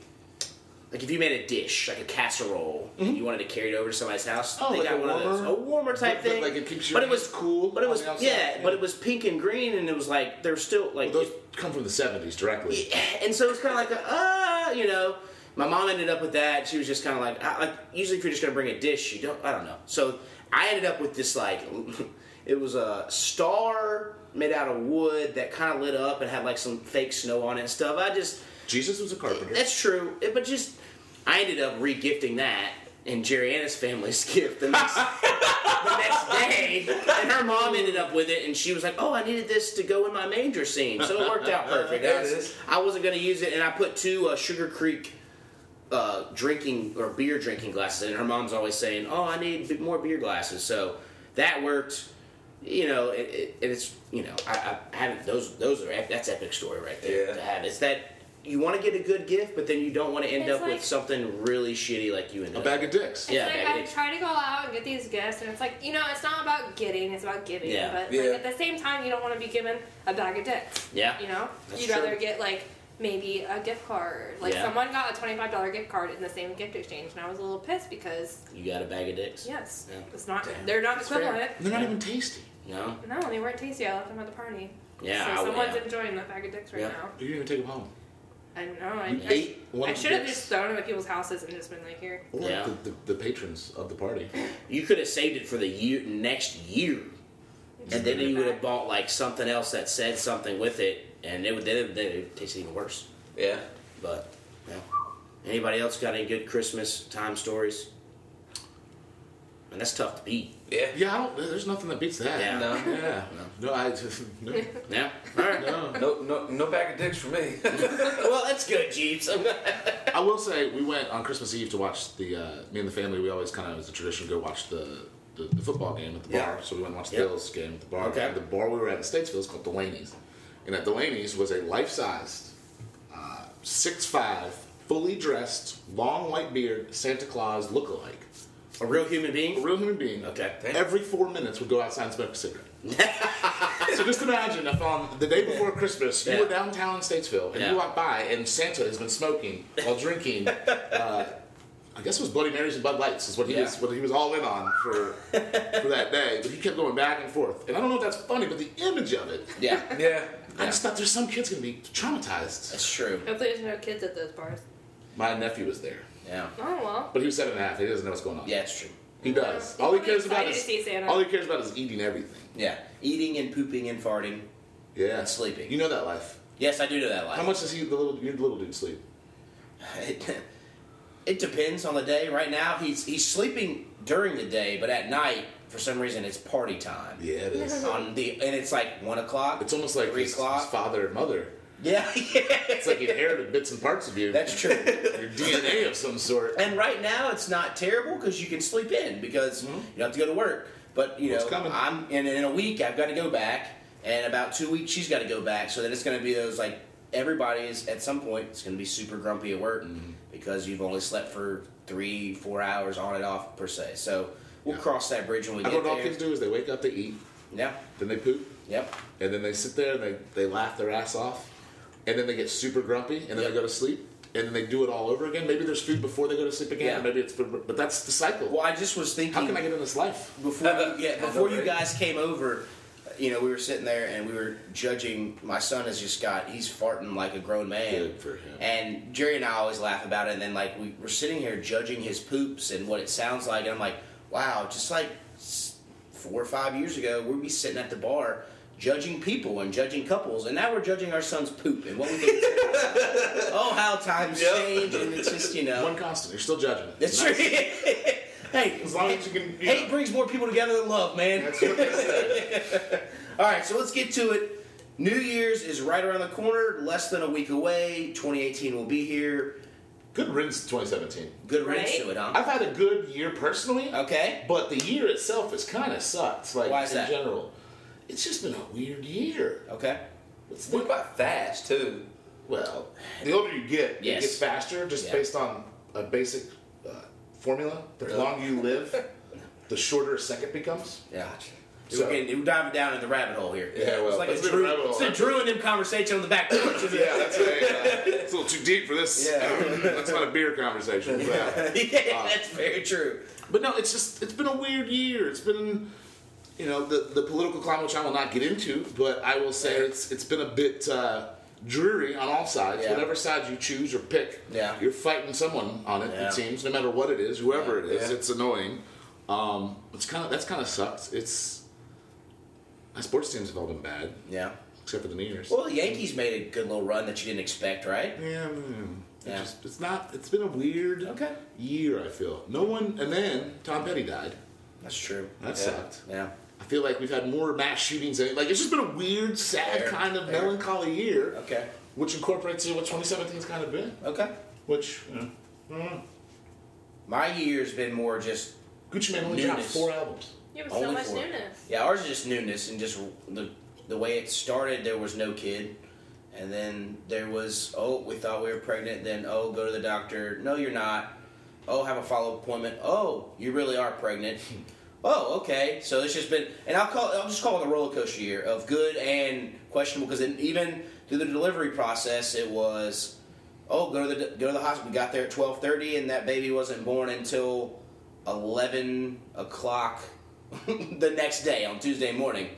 Speaker 3: Like if you made a dish, like a casserole, and you wanted to carry it over to somebody's house,
Speaker 2: Mm-hmm. Oh,
Speaker 3: they
Speaker 2: like
Speaker 3: got
Speaker 2: a
Speaker 3: one of those,
Speaker 2: warmer?
Speaker 3: a warmer type
Speaker 2: But- but,
Speaker 3: thing.
Speaker 2: like, it keeps your
Speaker 3: but it was
Speaker 2: hands cool
Speaker 3: But it
Speaker 2: on
Speaker 3: was
Speaker 2: the outside?
Speaker 3: yeah,
Speaker 2: Yeah.
Speaker 3: but it was pink and green, and it was like they're still like
Speaker 2: Those come from the seventies directly.
Speaker 3: and so it was kind of like, a, uh, you know, my mom ended up with that. She was just kind of like, I, like usually if you're just gonna bring a dish, you don't. I don't know. So I ended up with this like, it was a star made out of wood that kind of lit up and had like some fake snow on it and stuff. I just
Speaker 2: Jesus was a carpenter.
Speaker 3: that's true, It- but just I ended up regifting that in Jerry Anna's family's gift the next, the next day, and her mom ended up with it, and she was like, "Oh, I needed this to go in my manger scene," so it worked out perfect.
Speaker 4: There
Speaker 3: I,
Speaker 4: it
Speaker 3: was-
Speaker 4: is.
Speaker 3: I wasn't going to use it, and I put two uh, Sugar Creek. Uh, drinking or beer drinking glasses, and her mom's always saying, "Oh, I need b- more beer glasses." So that worked, you know. It, it, and it's you know, I, I haven't those those are ep- that's epic story right there
Speaker 4: Yeah.
Speaker 3: to have. It's that you want to get a good gift, but then you don't want to end
Speaker 5: It's
Speaker 3: up
Speaker 5: like-
Speaker 3: with something really shitty like you end
Speaker 2: A
Speaker 3: up.
Speaker 2: bag of dicks.
Speaker 5: It's
Speaker 3: Yeah,
Speaker 5: like
Speaker 3: bag of
Speaker 5: I
Speaker 3: dicks.
Speaker 5: try to go out and get these gifts, and it's like you know, it's not about getting; it's about giving.
Speaker 3: Yeah.
Speaker 5: But
Speaker 4: Yeah.
Speaker 5: Like, at the same time, you don't want to be given a bag of dicks.
Speaker 3: Yeah.
Speaker 5: You know,
Speaker 3: That's
Speaker 5: you'd
Speaker 3: true.
Speaker 5: rather get like maybe a gift card. Like
Speaker 3: Yeah.
Speaker 5: someone got a twenty-five dollar gift card in the same gift exchange, and I was a little pissed because
Speaker 3: you got a bag of dicks.
Speaker 5: yes,
Speaker 3: Yeah.
Speaker 5: it's not
Speaker 3: Damn.
Speaker 5: they're not
Speaker 3: fair.
Speaker 5: equivalent.
Speaker 2: They're not even tasty.
Speaker 3: No.
Speaker 5: No, they weren't tasty. I left them at the party.
Speaker 3: Yeah. I
Speaker 5: so
Speaker 3: would-
Speaker 5: someone's
Speaker 3: yeah.
Speaker 5: enjoying that bag of dicks right
Speaker 3: Yeah.
Speaker 5: now.
Speaker 2: You didn't even take them home.
Speaker 5: I know. I,
Speaker 2: You
Speaker 5: I,
Speaker 2: ate one
Speaker 5: I
Speaker 2: of the
Speaker 5: should have
Speaker 2: dicks.
Speaker 5: just thrown them at people's houses and just been like, here.
Speaker 2: Or
Speaker 3: Yeah.
Speaker 2: the, the, the patrons of the party.
Speaker 3: You could have saved it for the year next year, and then
Speaker 5: give it
Speaker 3: you would have
Speaker 5: back.
Speaker 3: bought like something else that said something with it, and it would then it would taste even worse.
Speaker 4: Yeah.
Speaker 3: But yeah. Anybody else got any good Christmas time stories? And that's tough to beat.
Speaker 4: Yeah.
Speaker 2: Yeah, I don't. There's nothing that beats that.
Speaker 3: Yeah.
Speaker 4: No.
Speaker 2: Yeah. No, I just no.
Speaker 3: Yeah. All right.
Speaker 2: no.
Speaker 4: No, no, no bag of dicks for me.
Speaker 3: well, that's good, Jeeps.
Speaker 2: I will say we went on Christmas Eve to watch the uh, me and the family. We always kind of as a tradition go watch the, the, the football game at the
Speaker 3: Yeah.
Speaker 2: bar. So we went and watched the
Speaker 3: Yeah.
Speaker 2: Bills game at the bar.
Speaker 3: Okay.
Speaker 2: And the bar we were at in Statesville is called Delaney's, and at Delaney's was a life sized, uh, six five, fully dressed, long white beard Santa Claus lookalike,
Speaker 3: A real human
Speaker 2: a
Speaker 3: being?
Speaker 2: real human being.
Speaker 3: Okay.
Speaker 2: Every four minutes would go outside and smoke a cigarette. so just imagine if on the day before Christmas you
Speaker 3: Yeah.
Speaker 2: were downtown in Statesville and
Speaker 3: Yeah.
Speaker 2: you walk by and Santa has been smoking while drinking. Uh, I guess it was Bloody Marys and Bud Lights is what he
Speaker 3: Yeah.
Speaker 2: was what he was all in on for for that day. But he kept going back and forth, and I don't know if that's funny, but the image of it,
Speaker 3: Yeah.
Speaker 4: yeah.
Speaker 2: I just thought there's some kids gonna be traumatized.
Speaker 3: That's true.
Speaker 5: Hopefully, there's no kids at those bars.
Speaker 2: My nephew was there.
Speaker 3: Yeah.
Speaker 5: Oh well.
Speaker 2: But he was seven and a half. He doesn't know what's going on.
Speaker 3: Yeah, it's true.
Speaker 2: He does.
Speaker 5: Yeah.
Speaker 2: All he
Speaker 5: I'm
Speaker 2: cares about
Speaker 5: excited to see
Speaker 2: is
Speaker 5: Santa.
Speaker 2: all he cares about is eating everything.
Speaker 3: Yeah. Eating and pooping and farting.
Speaker 2: Yeah,
Speaker 3: And sleeping.
Speaker 2: You know that life.
Speaker 3: Yes, I do know that life.
Speaker 2: How much does he the little your little dude sleep?
Speaker 3: It, it depends on the day. Right now, he's he's sleeping during the day, but at night, for some reason, it's party time.
Speaker 2: Yeah, it is.
Speaker 3: On the and it's like one o'clock.
Speaker 2: It's almost like
Speaker 3: three
Speaker 2: his, his
Speaker 3: o'clock.
Speaker 2: father and mother.
Speaker 3: yeah, yeah.
Speaker 2: It's like he inherited bits and parts of you.
Speaker 3: That's true.
Speaker 2: your DNA of some sort.
Speaker 3: and right now, it's not terrible because you can sleep in because you don't have to go to work. But you
Speaker 2: Well,
Speaker 3: know,
Speaker 2: it's Mm-hmm. coming.
Speaker 3: I'm and in a week I've got to go back, and about two weeks she's got to go back. So then it's going to be those like everybody is at some point it's going to be super grumpy at work
Speaker 2: Mm-hmm.
Speaker 3: because you've only slept for three four hours on and off per se. So we'll
Speaker 2: Yeah.
Speaker 3: cross that bridge when we
Speaker 2: I
Speaker 3: get
Speaker 2: what all
Speaker 3: there.
Speaker 2: kids do is they wake up, they eat,
Speaker 3: Yeah.
Speaker 2: then they poop,
Speaker 3: Yep.
Speaker 2: and then they sit there and they, they laugh their ass off, and then they get super grumpy, and then
Speaker 3: Yep.
Speaker 2: they go to sleep, and then they do it all over again. Maybe there's food before they go to sleep again,
Speaker 3: Yeah.
Speaker 2: or maybe it's food, but that's the cycle.
Speaker 3: Well, I just was thinking.
Speaker 2: How can I get in this life?
Speaker 3: before you, yeah,
Speaker 4: I know,
Speaker 3: before you
Speaker 4: right?
Speaker 3: guys came over, you know, we were sitting there and we were judging. My son has just got he's farting like a grown man.
Speaker 2: Good for him.
Speaker 3: And Jerry and I always laugh about it. And then like we were sitting here judging his poops and what it sounds like. And I'm like, wow, just like s- four or five years ago, we'd be sitting at the bar. Judging people and judging couples, and now we're judging our son's poop and what we think. oh, how times change, and it's just you know.
Speaker 2: One constant. You're still judging it.
Speaker 3: That's true. hey,
Speaker 6: As long as you can. You
Speaker 3: hate
Speaker 6: know,
Speaker 3: brings more people together than love, man.
Speaker 6: that's what they say.
Speaker 3: All right, so let's get to it. New Year's is right around the corner, less than a week away. 2018 will be here.
Speaker 2: Good riddance to 2017.
Speaker 3: Good riddance
Speaker 5: Right?
Speaker 3: to it, huh?
Speaker 2: I've had a good year personally,
Speaker 3: Okay.
Speaker 2: but the year itself has kind of sucked. Like
Speaker 3: Why is
Speaker 2: in
Speaker 3: that?
Speaker 2: general, it's just been a weird year.
Speaker 3: Okay.
Speaker 2: It's
Speaker 4: What
Speaker 2: been-
Speaker 4: about fast too?
Speaker 2: well, the older you get,
Speaker 3: Yes.
Speaker 2: you get faster, just
Speaker 3: Yeah.
Speaker 2: based on a basic uh, formula. The longer you live, the shorter a second becomes.
Speaker 3: Yeah.
Speaker 2: So-
Speaker 3: So we're, getting, we're diving down in the rabbit hole here.
Speaker 2: Yeah, well,
Speaker 3: it's like
Speaker 2: let's
Speaker 3: a
Speaker 2: do the
Speaker 3: Drew,
Speaker 2: rabbit hole.
Speaker 3: it's a Drew and them conversation on the back porch. isn't it?
Speaker 2: Yeah, that's right. it's a little too deep for this.
Speaker 3: Yeah.
Speaker 2: that's not a beer conversation. but-
Speaker 3: yeah, that's very true.
Speaker 2: But no, it's just it's been a weird year. It's been you know the the political climate, which I will not get into, but I will say it's it's been a bit uh, dreary on all sides.
Speaker 3: Yeah.
Speaker 2: Whatever side you choose or pick,
Speaker 3: Yeah.
Speaker 2: you're fighting someone on it.
Speaker 3: Yeah.
Speaker 2: It seems no matter what it is, whoever
Speaker 3: Yeah.
Speaker 2: it is,
Speaker 4: Yeah.
Speaker 2: it's annoying. Um, it's kind of that's kind of sucks. It's my sports teams have all been bad
Speaker 3: Yeah.
Speaker 2: except for the New Year's.
Speaker 3: Well, the Yankees made a good little run that you didn't expect, right?
Speaker 2: yeah, man. It
Speaker 3: Yeah.
Speaker 2: just- it's not. It's been a weird
Speaker 3: Okay.
Speaker 2: year. I feel no one. And then Tom Petty died.
Speaker 3: That's true.
Speaker 2: That
Speaker 4: Yeah.
Speaker 2: sucked.
Speaker 3: Yeah.
Speaker 2: I feel like we've had more mass shootings. Than, like it's just been a weird, sad
Speaker 3: Fair,
Speaker 2: kind of
Speaker 3: fair.
Speaker 2: melancholy year,
Speaker 3: Okay.
Speaker 2: which incorporates what 2017's kind of been.
Speaker 3: Okay.
Speaker 2: Which you know,
Speaker 3: My year's been more just
Speaker 2: Gucci Mane only dropped
Speaker 3: Newness.
Speaker 2: four albums.
Speaker 5: You have so
Speaker 3: Only
Speaker 5: much
Speaker 3: four.
Speaker 5: newness.
Speaker 3: Yeah, ours is just newness and just the the way it started. There was no kid, and then there was oh we thought we were pregnant. Then oh go to the doctor. No, you're not. Oh have a follow up appointment. Oh you really are pregnant. Oh okay. So it's just been and I'll call I'll just call it a roller coaster year of good and questionable because then even through the delivery process it was oh go to the go to the hospital. We got there at twelve thirty and that baby wasn't born until eleven o'clock the next day on Tuesday morning.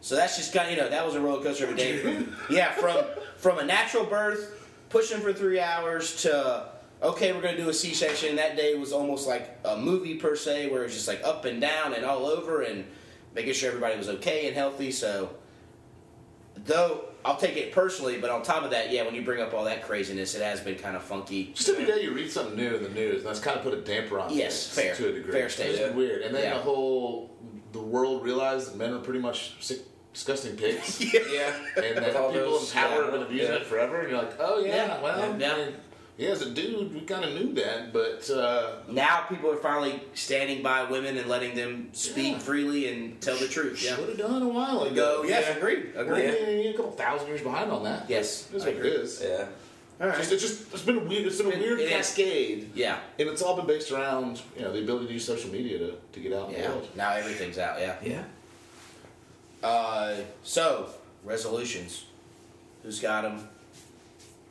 Speaker 3: So that's just kind of you know that was a roller coaster of a day. From, yeah, from from a natural birth, pushing for three hours to okay, we're gonna do a C section. That day was almost like a movie per se, where it was just like up and down and all over and making sure everybody was okay and healthy. So though I'll take it personally, but on top of that, yeah, when you bring up all that craziness, it has been kind of funky.
Speaker 2: Just every day you read something new in the news, and that's kind of put a damper on
Speaker 3: Yes,
Speaker 2: things
Speaker 3: fair.
Speaker 2: to a degree.
Speaker 3: Fair
Speaker 2: It's
Speaker 3: statement.
Speaker 2: just been weird, and then
Speaker 3: Yeah.
Speaker 2: the whole the world realized that men are pretty much sick, disgusting pigs,
Speaker 4: Yeah.
Speaker 2: and that
Speaker 4: With all
Speaker 2: people
Speaker 4: those-
Speaker 2: in power have
Speaker 4: yeah.
Speaker 2: been abusing it forever. And you're like, oh yeah,
Speaker 3: Yeah.
Speaker 2: well,
Speaker 3: Yeah.
Speaker 2: I mean, yeah. As a dude, we kind of knew that, but. uh
Speaker 3: Now people are finally standing by women and letting them speak
Speaker 2: Yeah.
Speaker 3: freely and tell the truth. Yeah.
Speaker 2: Should have done a while ago.
Speaker 3: Go. Yes, agreed.
Speaker 2: We're
Speaker 3: Agreed.
Speaker 2: yeah, yeah, a couple thousand years behind on that.
Speaker 3: Yes,
Speaker 2: that's
Speaker 3: I
Speaker 2: what it
Speaker 3: agree.
Speaker 2: is.
Speaker 4: Yeah.
Speaker 3: All right.
Speaker 2: Just, it's just it's been a weird it's been a
Speaker 3: It-
Speaker 2: weird
Speaker 3: it is.
Speaker 2: cascade,
Speaker 3: yeah.
Speaker 2: and it's all been based around you know the ability to use social media to, to get out in the
Speaker 3: Yeah.
Speaker 2: world.
Speaker 3: Now everything's out. Yeah.
Speaker 4: Yeah.
Speaker 3: Uh, so resolutions. Who's got them?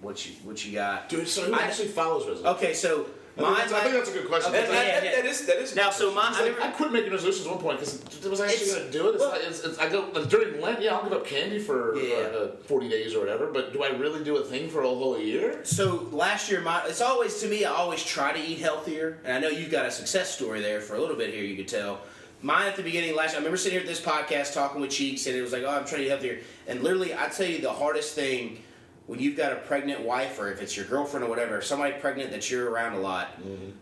Speaker 3: What you What you got?
Speaker 2: Dude, so Oh, who
Speaker 3: I-
Speaker 2: actually follows resolutions?
Speaker 3: Okay, so Mine
Speaker 2: I think that's a good question.
Speaker 4: That- that-
Speaker 7: Yeah, yeah.
Speaker 4: that is that is
Speaker 3: now, so mine.
Speaker 2: I,
Speaker 3: I
Speaker 2: never, I
Speaker 3: never,
Speaker 2: quit making resolutions at one point because was I actually
Speaker 3: It's-
Speaker 2: going to do it? It's like, it's, it's, I go like, during Lent, yeah, I'll give up candy for
Speaker 3: Yeah.
Speaker 2: uh, forty days or whatever. But do I really do a thing for a whole year?
Speaker 3: so last year, my it's always to me. I always try to eat healthier, and I know you've got a success story there for a little bit here. You could tell. Mine at the beginning last. I remember sitting here at this podcast talking with Cheeks, and it was like, "Oh, I'm trying to eat healthier." And literally, I tell you, the hardest thing when you've got a pregnant wife, or if it's your girlfriend or whatever, somebody pregnant that you're around a lot,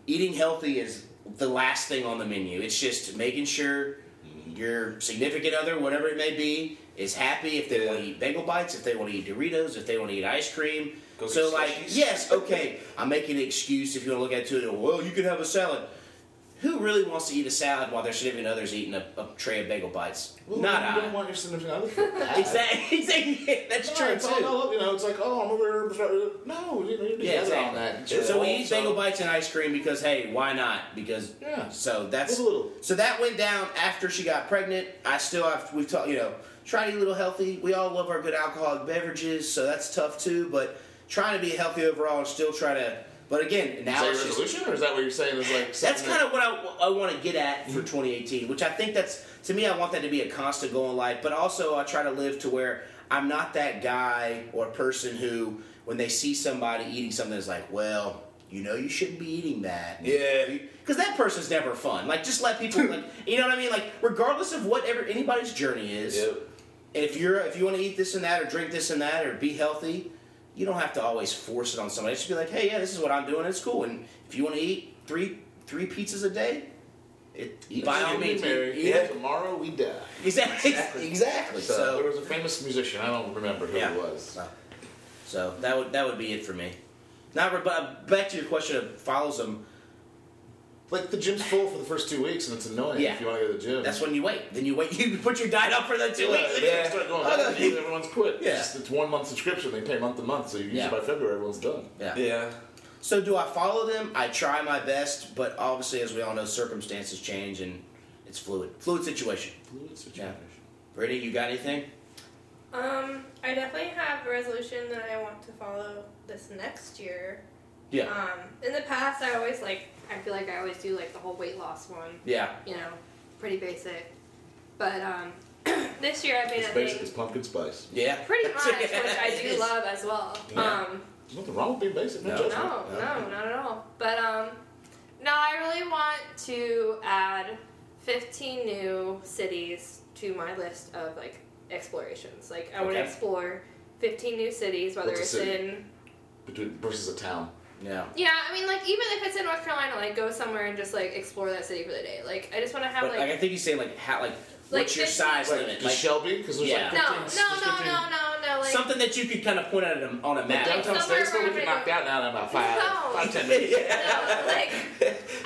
Speaker 3: eating healthy is the last thing on the menu. It's just making sure your significant other, whatever it may be, is happy if they want to eat bagel bites, if they want to eat Doritos, if they want to eat ice cream.
Speaker 4: Go get
Speaker 3: so, like,
Speaker 4: slushies.
Speaker 3: yes, okay, I'm making an excuse if you want to look at it too. Well, you could have a salad. Who really wants to eat a salad while their significant other's eating a, a tray of bagel bites? Not
Speaker 2: you don't
Speaker 3: I.
Speaker 2: want your significant other. for that.
Speaker 3: Exactly. exactly. That's
Speaker 2: Yeah,
Speaker 3: true
Speaker 2: it's all
Speaker 3: too.
Speaker 2: up, you know, it's like, oh, I'm over here. No, you know, you're
Speaker 3: Yeah,
Speaker 2: together
Speaker 3: exactly.
Speaker 2: on that.
Speaker 3: So we eat
Speaker 2: So-
Speaker 3: bagel bites and ice cream because hey, why not? Because
Speaker 2: Yeah.
Speaker 3: So that's
Speaker 2: It's a little-
Speaker 3: so that went down after she got pregnant. I still have we've talked you know try to eat a little healthy. We all love our good alcoholic beverages, so that's tough too. But trying to be healthy overall and still try to. But again,
Speaker 2: Is
Speaker 3: now
Speaker 2: that your
Speaker 3: it's just-
Speaker 2: resolution, or is that what you're saying? Is like
Speaker 3: that's
Speaker 2: something
Speaker 3: kind of what I, want to get at for 2018, which I think that's to me. I want that to be a constant goal in life, but also I try to live to where I'm not that guy or person who, when they see somebody eating something, is like, "Well, you know, you shouldn't be eating that."
Speaker 4: yeah.
Speaker 3: Because that person's never fun. Like, just let people like, you know what I mean? Like, regardless of whatever anybody's journey is, if you're if you want to eat this and that or drink this and that or be healthy, you don't have to always force it on somebody. Just be like, hey, yeah, this is what I'm doing. It's cool. And if you want to eat three three pizzas a day, it by all
Speaker 2: Get me
Speaker 3: means.
Speaker 2: married.
Speaker 3: Yeah.
Speaker 2: Tomorrow we die.
Speaker 3: Exactly. Exactly.
Speaker 2: there
Speaker 3: So
Speaker 2: was a famous musician. I don't remember who
Speaker 3: Yeah.
Speaker 2: it was.
Speaker 3: so that would that would be it for me. Now, re- but back to your question of follows them.
Speaker 2: Like the gym's full for the first two weeks, and it's annoying
Speaker 3: Yeah.
Speaker 2: if you want to go to the gym.
Speaker 3: That's when you wait. Then you wait. You put your diet up for the two
Speaker 2: Yeah,
Speaker 3: weeks.
Speaker 2: and then you start going back to
Speaker 3: Oh,
Speaker 2: the gym, everyone's quit. It's,
Speaker 3: Yeah.
Speaker 2: just- it's one month subscription. They pay month to month, so usually
Speaker 3: Yeah.
Speaker 2: by February everyone's done.
Speaker 3: Yeah.
Speaker 4: Yeah.
Speaker 3: So do I follow them? I try my best, but obviously, as we all know, circumstances change and it's fluid. Fluid situation.
Speaker 2: Fluid situation.
Speaker 3: Yeah. Brittany, you got anything?
Speaker 5: Um, I definitely have a resolution that I want to follow this next year.
Speaker 3: Yeah.
Speaker 5: Um, in the past, I always like, I feel like I always do like the whole weight loss one,
Speaker 3: Yeah.
Speaker 5: you know, pretty basic. But um, this year I've made
Speaker 2: It's
Speaker 5: a
Speaker 2: basic as
Speaker 5: thing,
Speaker 2: pumpkin spice.
Speaker 3: Yeah.
Speaker 5: pretty much, which I do
Speaker 3: Yes.
Speaker 5: love as well.
Speaker 3: Yeah.
Speaker 5: Um,
Speaker 2: There's nothing wrong with being basic. No,
Speaker 3: No.
Speaker 2: judgment.
Speaker 5: no,
Speaker 3: No.
Speaker 5: no, not at all. But um, no, I really want to add 15 new cities to my list of like explorations. Like I want to
Speaker 3: Okay.
Speaker 5: explore 15 new cities, whether
Speaker 2: What's a
Speaker 5: it's
Speaker 2: city?
Speaker 5: in
Speaker 2: Between versus a town.
Speaker 3: Yeah.
Speaker 5: yeah, I mean like even if it's in North Carolina, like go somewhere and just like explore that city for the day. Like I just want to have
Speaker 3: But like,
Speaker 5: like.
Speaker 3: I think you say like how like, what's your
Speaker 5: this-
Speaker 3: size
Speaker 2: Like,
Speaker 3: limit?
Speaker 2: to
Speaker 3: Like
Speaker 2: Shelby, because there's
Speaker 3: Yeah.
Speaker 2: like
Speaker 5: no,
Speaker 2: 15,
Speaker 5: no,
Speaker 2: there's
Speaker 5: no,
Speaker 2: 15
Speaker 5: no, no, no, like
Speaker 3: something that you could kind of point at on on a
Speaker 2: Like
Speaker 3: map.
Speaker 2: downtown
Speaker 5: somewhere
Speaker 2: Statesville, we
Speaker 5: around
Speaker 2: get knocked out now in about five,
Speaker 5: No.
Speaker 2: five, ten minutes.
Speaker 5: oh, No, like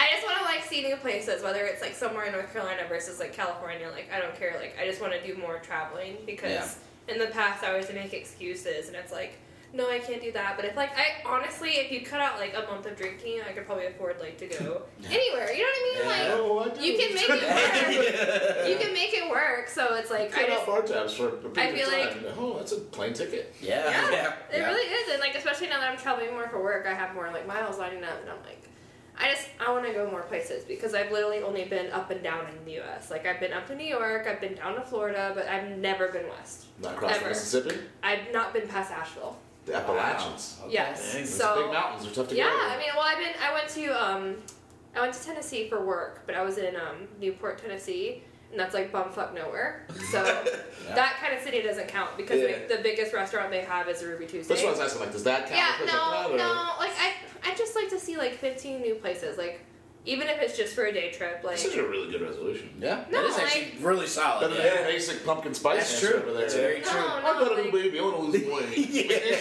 Speaker 5: I just want to like see new places, whether it's like somewhere in North Carolina versus like California. Like I don't care. Like I just want to do more traveling because in the past I always make excuses, and it's like no, I can't do that. But if like I honestly, if you cut out like a month of drinking, I could probably afford like to go anywhere. You know what I mean? Like
Speaker 2: Oh, I do.
Speaker 5: you can make it work. You can make it work. So it's like
Speaker 2: Cut
Speaker 5: I
Speaker 2: out
Speaker 5: just.
Speaker 2: bar tabs for a period
Speaker 5: feel
Speaker 2: of time. oh, that's a plane ticket.
Speaker 3: yeah.
Speaker 5: Yeah,
Speaker 3: Yeah.
Speaker 5: it
Speaker 3: yeah.
Speaker 5: really is, and like especially now that I'm traveling more for work, I have more like miles lining up, and I'm like, I just I want to go more places because I've literally only been up and down in the U.S. Like I've been up to New York, I've been down to Florida, but I've never been west.
Speaker 2: Not across
Speaker 5: Ever.
Speaker 2: the Mississippi.
Speaker 5: I've not been past Asheville.
Speaker 2: The Appalachians.
Speaker 5: Yes,
Speaker 2: Dang, those
Speaker 5: so
Speaker 2: big mountains
Speaker 3: Oh,
Speaker 2: are tough to
Speaker 5: yeah,
Speaker 2: go.
Speaker 5: I mean, well, I've been I went to um, I went to Tennessee for work, but I was in um, Newport, Tennessee. And that's like bumfuck nowhere. So that kind of city doesn't count because
Speaker 4: Yeah.
Speaker 5: like, the biggest restaurant they have is Ruby Tuesday.
Speaker 2: That's what I was asking. Like, does that count?
Speaker 5: Yeah,
Speaker 2: Because, like,
Speaker 5: no,
Speaker 2: or-
Speaker 5: no. Like I, I just like to see like 15 new places. Like even if it's just for a day trip. Like
Speaker 2: This is a really good resolution.
Speaker 3: Yeah.
Speaker 5: No,
Speaker 3: that is actually really solid.
Speaker 2: Better
Speaker 3: Oh, yeah.
Speaker 2: than that basic pumpkin spice.
Speaker 3: That's
Speaker 2: answer
Speaker 3: true.
Speaker 2: Over there.
Speaker 3: That's very
Speaker 5: no,
Speaker 3: true.
Speaker 2: I
Speaker 5: Oh, no.
Speaker 2: bet
Speaker 5: like,
Speaker 2: everybody want to lose weight.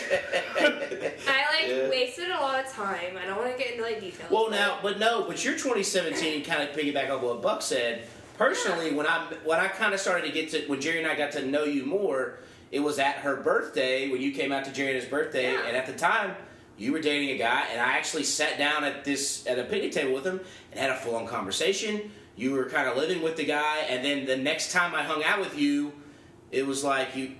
Speaker 5: I like
Speaker 2: Yeah.
Speaker 5: wasted a lot of time. I don't want to get into like details.
Speaker 3: Well,
Speaker 5: but-
Speaker 3: now, but no, but your 2017 kind of piggyback on what Buck said. Personally, when I when I kind of started to get to when Jerry and I got to know you more, it was at her birthday when you came out to Jerry at his birthday,
Speaker 5: Yeah.
Speaker 3: and at the time you were dating a guy, and I actually sat down at this at a picnic table with him and had a full on conversation. You were kind of living with the guy, and then the next time I hung out with you, it was like you,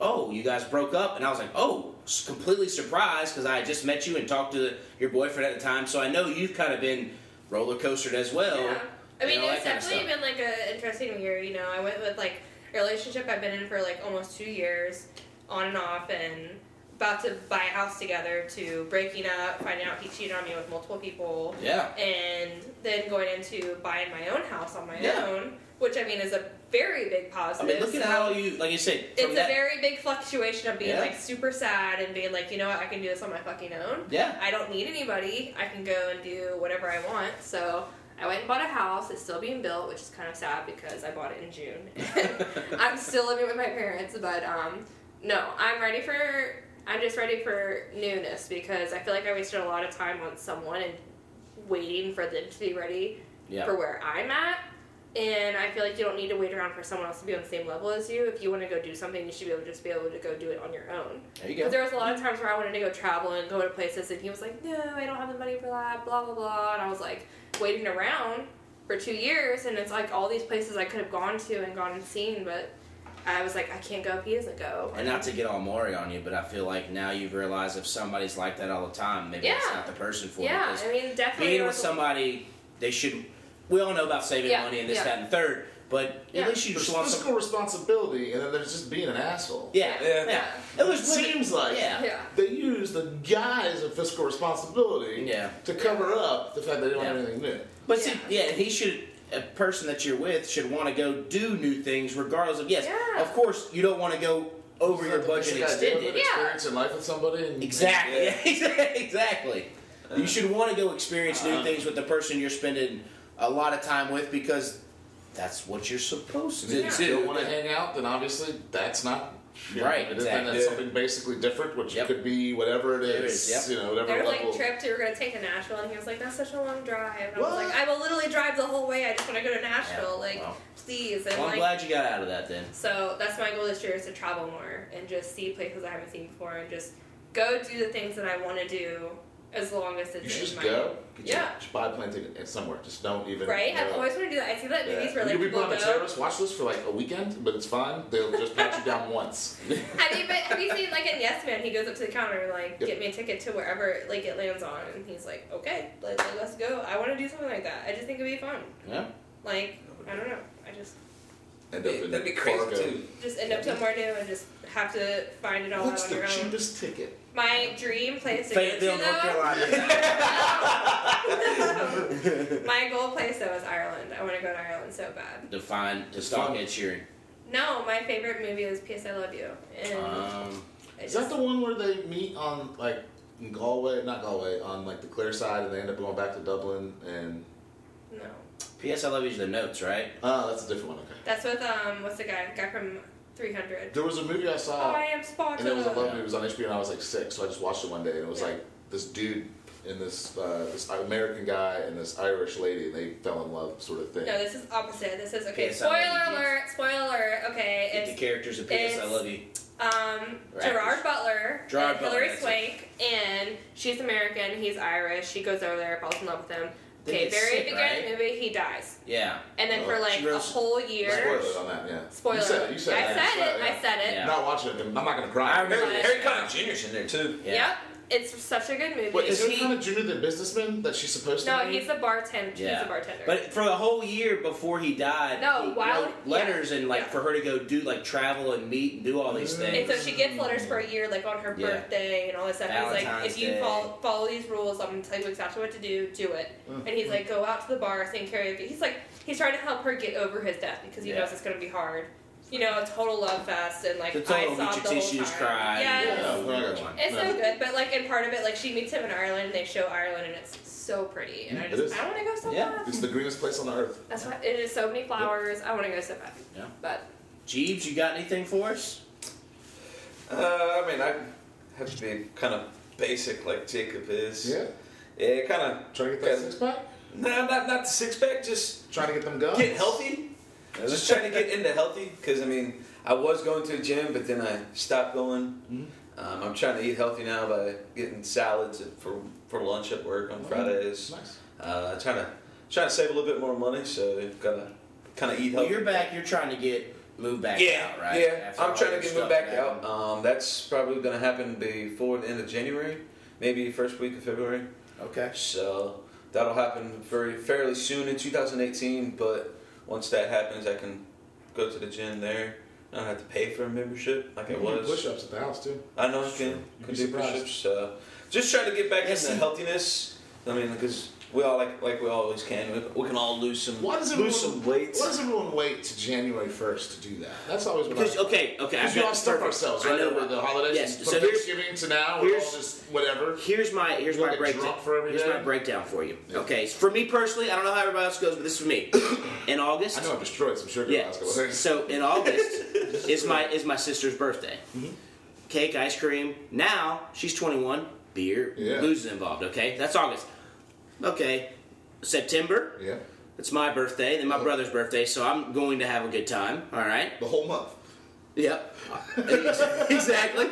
Speaker 3: oh, you guys broke up, and I was like, oh, s- completely surprised because I had just met you and talked to your boyfriend at the time, so I know you've kind of been roller coastered as well.
Speaker 5: Yeah. I
Speaker 3: you
Speaker 5: mean,
Speaker 3: know,
Speaker 5: it's
Speaker 3: that kinda
Speaker 5: definitely
Speaker 3: stuff.
Speaker 5: been like an interesting year. You know, I went with like a relationship I've been in for like almost two years, on and off, and about to buy a house together to breaking up, finding out he cheated on me with multiple people,
Speaker 3: yeah.
Speaker 5: and then going into buying my own house on my
Speaker 3: Yeah.
Speaker 5: own, which I mean is a very big
Speaker 3: I
Speaker 5: positive.
Speaker 3: mean, look at
Speaker 5: so-
Speaker 3: how you, like you said, from
Speaker 5: it's a
Speaker 3: that-
Speaker 5: very big fluctuation of being
Speaker 3: Yeah.
Speaker 5: like super sad and being like, you know what, I can do this on my fucking own.
Speaker 3: yeah,
Speaker 5: I don't need anybody. I can go and do whatever I want. So I went and bought a house. It's still being built, which is kind of sad because I bought it in June. I'm still living with my parents, but um, no, I'm ready for. I'm just ready for newness because I feel like I wasted a lot of time on someone and waiting for them to be ready
Speaker 3: yeah.
Speaker 5: for where I'm at. And I feel like you don't need to wait around for someone else to be on the same level as you. If you want to go do something, you should be able to just be able to go do it on your own.
Speaker 3: There you
Speaker 5: Because
Speaker 3: go.
Speaker 5: there was a lot of times where I wanted to go travel and go to places, and he was like, "No, I don't have the money for that." Blah blah blah, and I was like waiting around for two years, and it's like all these places I could have gone to and gone and seen, but I was like, I can't go if he doesn't go.
Speaker 3: And not to get all Maury on you, but I feel like now you've realized if somebody's like that all the time, maybe that's
Speaker 5: Yeah.
Speaker 3: not the person for you.
Speaker 5: yeah,
Speaker 3: because
Speaker 5: I mean, definitely
Speaker 3: being
Speaker 5: it
Speaker 3: with
Speaker 5: was-
Speaker 3: somebody, they should. We all know about saving
Speaker 5: Yeah,
Speaker 3: money and this,
Speaker 5: yeah.
Speaker 3: that, and third, but
Speaker 5: Yeah.
Speaker 3: at least you
Speaker 2: There's
Speaker 3: just want some.
Speaker 2: fiscal responsibility, and then there's just being an asshole.
Speaker 3: Yeah,
Speaker 4: Yeah.
Speaker 3: yeah. At
Speaker 2: It
Speaker 3: least women-
Speaker 2: seems like
Speaker 3: Yeah.
Speaker 5: Yeah,
Speaker 2: they use the guise of fiscal responsibility
Speaker 3: Yeah.
Speaker 2: to cover up the fact that they don't have
Speaker 3: Yeah.
Speaker 2: anything new.
Speaker 3: But see, yeah, he should. A person that you're with should want to go do new things, regardless of yes.
Speaker 5: Yeah.
Speaker 3: Of course, you don't want to go over your budget and extend
Speaker 2: An
Speaker 3: it.
Speaker 5: Yeah.
Speaker 2: experience in life with somebody. And
Speaker 3: Exactly.
Speaker 4: Yeah.
Speaker 3: Yeah, exactly. you should want to go experience new
Speaker 2: Uh-huh.
Speaker 3: things with the person you're spending a lot of time with because that's what you're supposed to
Speaker 2: If you
Speaker 5: Yeah.
Speaker 3: do.
Speaker 2: don't want to hang out, then obviously that's not you know,
Speaker 3: Right,
Speaker 2: Then
Speaker 3: exactly.
Speaker 2: that's something basically different, which
Speaker 3: Yep.
Speaker 2: could be whatever it
Speaker 3: It
Speaker 2: is.
Speaker 3: is, yep.
Speaker 2: You know, whatever
Speaker 5: there was like
Speaker 2: level.
Speaker 5: a trip we were gonna take to Nashville, and he was like, "That's such a long drive." And I was
Speaker 2: What?
Speaker 5: like, "I will literally drive the whole way. I just want to go to
Speaker 3: Yeah,
Speaker 5: Nashville, like,
Speaker 3: well.
Speaker 5: please." And
Speaker 3: Well, I'm
Speaker 5: like,
Speaker 3: glad you got out of that then.
Speaker 5: So that's my goal this year is to travel more and just see places I haven't seen before and just go do the things that I want to do as long as it's
Speaker 2: you should
Speaker 5: in
Speaker 2: just
Speaker 5: my
Speaker 2: go. Get your-
Speaker 5: Yeah.
Speaker 2: just buy a plane ticket and somewhere. Just don't even.
Speaker 5: right.
Speaker 2: you know,
Speaker 5: I've always wanted to do that. I see that in
Speaker 2: yeah.
Speaker 5: movies where
Speaker 2: you
Speaker 5: like
Speaker 2: could be
Speaker 5: people
Speaker 2: put on a
Speaker 5: go.
Speaker 2: terrorist watch list for like a weekend, but it's fine. They'll just pat you down once.
Speaker 5: I mean, but have you seen like in Yes Man? He goes up to the counter and like
Speaker 2: Yep.
Speaker 5: get me a ticket to wherever like it lands on, and he's like, okay, like, like, let's go. I want to do something like that. I just think it'd be fun.
Speaker 3: Yeah.
Speaker 5: Like I don't know. I just
Speaker 2: End up in
Speaker 4: That'd be crazy
Speaker 2: Fargo.
Speaker 4: too.
Speaker 5: just end up somewhere new and just have to find it all
Speaker 2: What's
Speaker 5: out on
Speaker 2: the
Speaker 5: your own.
Speaker 2: cheapest ticket?
Speaker 5: My dream place to go to
Speaker 3: Fayetteville, North
Speaker 5: though-
Speaker 3: Carolina.
Speaker 5: My goal place though is Ireland. I want to go to Ireland so bad.
Speaker 3: to find to stalk Ed Sheeran.
Speaker 5: No, my favorite movie is P.S. I Love You. And
Speaker 3: Um,
Speaker 5: I
Speaker 2: Is
Speaker 5: just,
Speaker 2: that the one where they meet on like in Galway? Not Galway. On like the Clare side, and they end up going back to Dublin. And
Speaker 5: no?
Speaker 3: P.S. I love you. is The notes, right?
Speaker 2: oh, that's a different one. Okay.
Speaker 5: That's with um, what's the guy? Guy from Three Hundred.
Speaker 2: There was a movie I
Speaker 5: Oh,
Speaker 2: saw.
Speaker 5: I am spotted.
Speaker 2: And it was a love. It was on HBO, and I was like six, so I just watched it one day, and it was
Speaker 5: Yeah.
Speaker 2: like this dude and this uh, this American guy and this Irish lady, and they fell in love, sort of thing.
Speaker 5: No, this is opposite. This is okay.
Speaker 3: P.S. I
Speaker 5: spoiler
Speaker 3: Love You.
Speaker 5: alert! Spoiler alert! Okay,
Speaker 3: Get the
Speaker 5: it's
Speaker 3: characters of P.S. I
Speaker 5: it's-
Speaker 3: love you.
Speaker 5: um
Speaker 3: Right.
Speaker 5: Gerard Butler,
Speaker 3: Gerard
Speaker 5: and
Speaker 3: Butler,
Speaker 5: Hillary
Speaker 3: that's it.
Speaker 5: Swank, and she's American. He's Irish. She goes over there, falls in love with him.
Speaker 3: They
Speaker 5: Okay,
Speaker 3: get
Speaker 5: very
Speaker 3: sick,
Speaker 5: beginning
Speaker 3: right?
Speaker 5: of the movie, he dies,
Speaker 3: Yeah.
Speaker 5: and then
Speaker 2: Oh,
Speaker 5: for like
Speaker 3: she
Speaker 5: a
Speaker 3: goes-
Speaker 5: whole year.
Speaker 2: Spoilers on that, yeah.
Speaker 5: Spoiler.
Speaker 2: You said it. You said
Speaker 5: I
Speaker 2: it.
Speaker 5: said it.
Speaker 2: yeah.
Speaker 5: I said it.
Speaker 3: Yeah.
Speaker 2: Not watching it. I'm not gonna cry.
Speaker 4: I remember
Speaker 5: Yeah.
Speaker 4: Harry Connick Jr.'s in there too.
Speaker 3: Yeah.
Speaker 5: Yep. It's such a good movie.
Speaker 2: Wait, is,
Speaker 3: Is
Speaker 2: he
Speaker 3: he-
Speaker 2: kind of junior the businessman that she's supposed to?
Speaker 5: no,
Speaker 2: be?
Speaker 5: he's a bartender.
Speaker 3: Yeah.
Speaker 5: He's a bartender.
Speaker 3: But for the whole year before he died,
Speaker 5: No,
Speaker 3: he
Speaker 5: while-
Speaker 3: wrote letters and like
Speaker 5: yeah.
Speaker 3: for her to go do like travel and meet and do all these
Speaker 5: and
Speaker 3: things.
Speaker 5: so she gets letters for a year, like on her
Speaker 3: Yeah.
Speaker 5: birthday and all this stuff. he's like,
Speaker 3: Valentine's
Speaker 5: if you
Speaker 3: Day. Mm,
Speaker 5: follow, follow these rules, I'm gonna tell you exactly what to do. Do it. And he's like, go out to the bar, sing karaoke. He's like, he's trying to help her get over his death because he
Speaker 3: Yeah.
Speaker 5: knows it's gonna be hard. You know, a total love fest and like
Speaker 3: The total
Speaker 5: I sobbed
Speaker 3: get
Speaker 5: the
Speaker 3: your
Speaker 5: whole
Speaker 3: tissues
Speaker 5: time.
Speaker 3: cry.
Speaker 5: Yes.
Speaker 2: Yeah.
Speaker 3: we're not gonna-
Speaker 5: It's so good, but like, and part of it, like, she meets him in Ireland, and they show Ireland, and it's so pretty, and I
Speaker 2: It
Speaker 5: just,
Speaker 2: is.
Speaker 5: I want to go so
Speaker 3: Mm, Yeah.
Speaker 5: bad.
Speaker 2: It's the greenest place on earth.
Speaker 5: That's why it is so many flowers. I want to go so bad.
Speaker 3: Yeah.
Speaker 5: But
Speaker 3: Jeeves, you got anything for us?
Speaker 4: Uh, I mean, I have to be kind of basic like Jacob is.
Speaker 2: Yeah.
Speaker 4: Yeah, kind of.
Speaker 2: Trying to get that six pack.
Speaker 4: No, not not the six pack. Just
Speaker 2: Trying to get them guns.
Speaker 4: Get healthy. I was just trying to get into healthy because I mean I was going to the gym, but then I stopped going.
Speaker 3: Mm-hmm.
Speaker 4: Um, I'm trying to eat healthy now by getting salads for for lunch at work
Speaker 3: Mm-hmm.
Speaker 4: on Fridays.
Speaker 2: Nice.
Speaker 4: Uh, trying to trying to save a little bit more money, so gotta kind of eat
Speaker 3: Well,
Speaker 4: healthy.
Speaker 3: you're back. You're trying to get move back
Speaker 4: Yeah,
Speaker 3: out, right?
Speaker 4: yeah.
Speaker 3: After
Speaker 4: I'm
Speaker 3: all
Speaker 4: trying
Speaker 3: your
Speaker 4: to get
Speaker 3: stuff
Speaker 4: moved back
Speaker 3: happened.
Speaker 4: out. Um, that's probably going to happen before the end of January, maybe first week of February.
Speaker 6: Okay.
Speaker 4: So that'll happen very fairly soon in 2018. But once that happens, I can go to the gym there. I don't have to pay for a membership like I
Speaker 2: You can do
Speaker 4: was.
Speaker 2: push-ups at the house too.
Speaker 4: I know I can,
Speaker 2: You'd
Speaker 4: can
Speaker 2: be
Speaker 4: do
Speaker 2: surprised.
Speaker 4: push-ups. So just trying to get back
Speaker 3: Yeah,
Speaker 4: into
Speaker 3: see-
Speaker 4: healthiness. I mean, because we all like like we always can. We, we can all lose some
Speaker 2: Why does everyone,
Speaker 4: lose some weight.
Speaker 2: Why does everyone wait to January first to do that? That's always what.
Speaker 3: Because
Speaker 2: I,
Speaker 3: okay, okay,
Speaker 2: Because
Speaker 3: I've
Speaker 2: we
Speaker 3: got-
Speaker 2: all stuff
Speaker 3: perfect.
Speaker 2: ourselves,
Speaker 3: I
Speaker 2: right?
Speaker 3: know
Speaker 2: Over
Speaker 3: what-
Speaker 2: the holidays,
Speaker 3: Yes.
Speaker 2: from
Speaker 3: So here's,
Speaker 2: Thanksgiving to now, we're all
Speaker 3: here's-
Speaker 2: just whatever.
Speaker 3: here's my here's my
Speaker 2: get
Speaker 3: breakdown.
Speaker 2: drunk for every
Speaker 3: Here's
Speaker 2: day?
Speaker 3: my breakdown for you.
Speaker 2: Yeah.
Speaker 3: Okay, for me personally, I don't know how everybody else goes, but this is for me. In August,
Speaker 2: I know I've destroyed some sugar
Speaker 3: Yeah.
Speaker 2: last couple of days.
Speaker 3: So in August is my is my sister's birthday.
Speaker 2: Mm-hmm.
Speaker 3: Cake, ice cream. Now she's 21. Beer,
Speaker 2: Yeah.
Speaker 3: booze is involved. Okay, that's August. Okay, September.
Speaker 2: Yeah,
Speaker 3: It's my birthday.
Speaker 2: Oh.
Speaker 3: Then my brother's birthday. So I'm going to have a good time. All right.
Speaker 2: the whole month.
Speaker 3: Yep. exactly.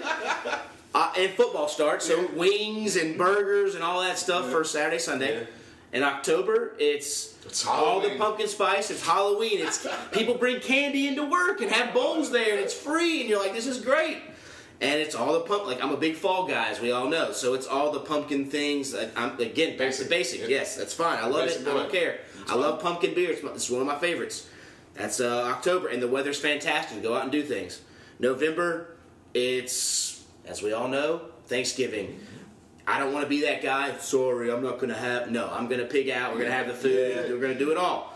Speaker 3: Uh, and football starts, so wings and burgers and all that stuff for Saturday, Sunday.
Speaker 4: Yeah.
Speaker 3: In October, it's,
Speaker 2: It's
Speaker 3: all the
Speaker 2: Halloween.
Speaker 3: pumpkin spice. It's Halloween. It's people bring candy into work and have bowls there, and it's free, and you're like, this is great. And it's all the pump. Like I'm a big fall guy, as we all know. So it's all the pumpkin things. Like, I'm again back to
Speaker 2: Basic.
Speaker 3: basic.
Speaker 2: Yeah.
Speaker 3: Yes, that's fine. I love
Speaker 2: Basic
Speaker 3: it. I don't
Speaker 2: boy.
Speaker 3: care. I love pumpkin beer. It's, my, it's one of my favorites. That's uh, October, and the weather's fantastic. Go out and do things. November, it's as we all know, Thanksgiving. I don't want to be that guy. Sorry, I'm not gonna have. No, I'm gonna pig out. We're gonna have the food.
Speaker 4: Yeah.
Speaker 3: We're gonna do it all.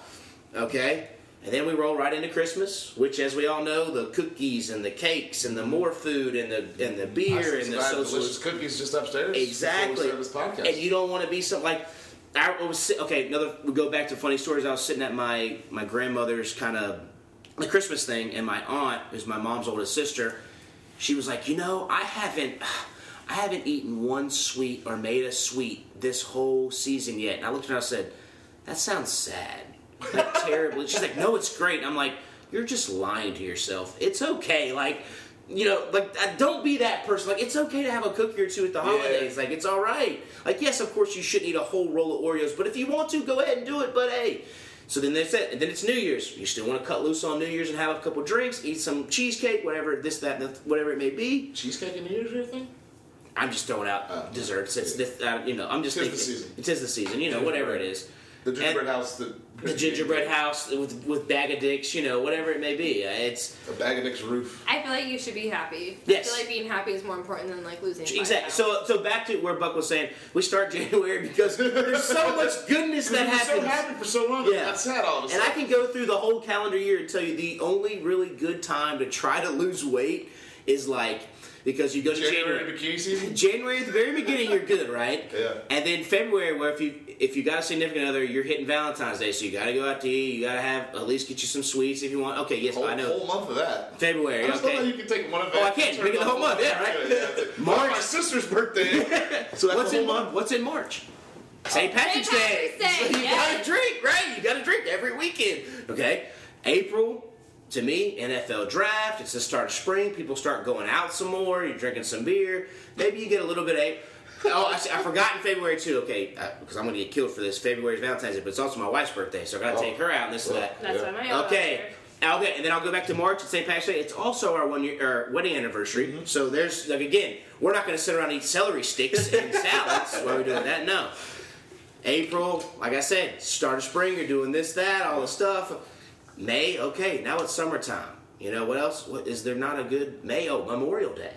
Speaker 3: Okay. And then we roll right into Christmas, which, as we all know, the cookies and the cakes and the more food and the and the
Speaker 2: I
Speaker 3: beer
Speaker 2: still
Speaker 3: and
Speaker 2: still
Speaker 3: the
Speaker 2: have
Speaker 3: social
Speaker 2: delicious cookies just upstairs. before
Speaker 3: Exactly.
Speaker 2: we started this podcast.
Speaker 3: And you don't want to be something like. I was sit- okay. Another. We go back to funny stories. I was sitting at my my grandmother's kind of the Christmas thing, and my aunt, who's my mom's oldest sister, she was like, you know, I haven't. I haven't eaten one sweet or made a sweet this whole season yet. And I looked at her and I said, That sounds sad. Like terrible. And she's like, No, it's great. And I'm like, You're just lying to yourself. It's okay. Like, you know, like uh, don't be that person. Like, it's okay to have a cookie or two at the holidays. Like, it's all right. Like, yes, of course you shouldn't eat a whole roll of Oreos, but if you want to, go ahead and do it. But hey, so then that's it. And then it's New Year's. You still want to cut loose on New Year's and have a couple drinks, eat some cheesecake, whatever this, that, and the- whatever it may be.
Speaker 2: cheesecake and New Year's Eve thing.
Speaker 3: I'm just throwing out
Speaker 2: Oh.
Speaker 3: desserts. It's this, uh, you know, I'm just
Speaker 2: Tis the
Speaker 3: thinking.
Speaker 2: season.
Speaker 3: It is the season, you know, whatever it is.
Speaker 2: The
Speaker 3: And
Speaker 2: gingerbread house. The,
Speaker 3: The gingerbread house with, with bag of dicks, you know, whatever it may be. Uh, It's
Speaker 2: A bag of dicks roof.
Speaker 5: I feel like you should be happy.
Speaker 3: Yes.
Speaker 5: I feel like being happy is more important than like losing. five
Speaker 3: exactly.
Speaker 5: pounds.
Speaker 3: So, so back to where Buck was saying, we start January because there's so much goodness that
Speaker 2: We've been
Speaker 3: happens.
Speaker 2: so happy for so long.
Speaker 3: Yeah.
Speaker 2: Yeah. That's sad all of a
Speaker 3: And
Speaker 2: sudden.
Speaker 3: I can go through the whole calendar year and tell you the only really good time to try to lose weight is like because you go to January.
Speaker 2: January bikini season.
Speaker 3: January at the very beginning, you're good, right?
Speaker 2: Yeah.
Speaker 3: And then February, where if you if you got a significant other, you're hitting Valentine's Day, so you got to go out to eat. You got to have at least get you some sweets if you want. Okay, yes,
Speaker 2: Whole,
Speaker 3: I know.
Speaker 2: whole month of that.
Speaker 3: February,
Speaker 2: I just love how
Speaker 3: okay.
Speaker 2: you can take one of
Speaker 3: Oh,
Speaker 2: it
Speaker 3: I
Speaker 2: and
Speaker 3: can.
Speaker 2: turn
Speaker 3: Make it the
Speaker 2: on
Speaker 3: whole month, yeah, right?
Speaker 2: Yeah, yeah, it's like,
Speaker 3: March.
Speaker 2: oh, my sister's birthday. so that's
Speaker 3: What's
Speaker 2: the
Speaker 3: in
Speaker 2: whole Uh,
Speaker 3: month? What's in March? St. Patrick's
Speaker 5: St.
Speaker 3: Day.
Speaker 5: Patrick's Day,
Speaker 3: So you
Speaker 5: yeah.
Speaker 3: got to drink, right? You got to drink every weekend. Okay. April to me, NFL draft. It's the start of spring. People start going out some more. You're drinking some beer. Maybe you get a little bit of. Oh, I, see- I forgot in February too. Okay, because I'm going to get killed for this. February's Valentine's Day, but it's also my wife's birthday, so I
Speaker 2: Oh.
Speaker 3: got to take her out and this and that.
Speaker 5: that's what I'm
Speaker 3: Okay. Okay, and then I'll go back to March and St. Patrick's Day. It's also our one year our wedding anniversary.
Speaker 2: Mm-hmm.
Speaker 3: So there's like again, we're not gonna sit around and eat celery sticks and salads while we're doing that. No. April, like I said, start of spring, you're doing this, that, all the stuff. May, okay, now it's summertime. You know what else? What is there not a good May? Oh, Memorial Day.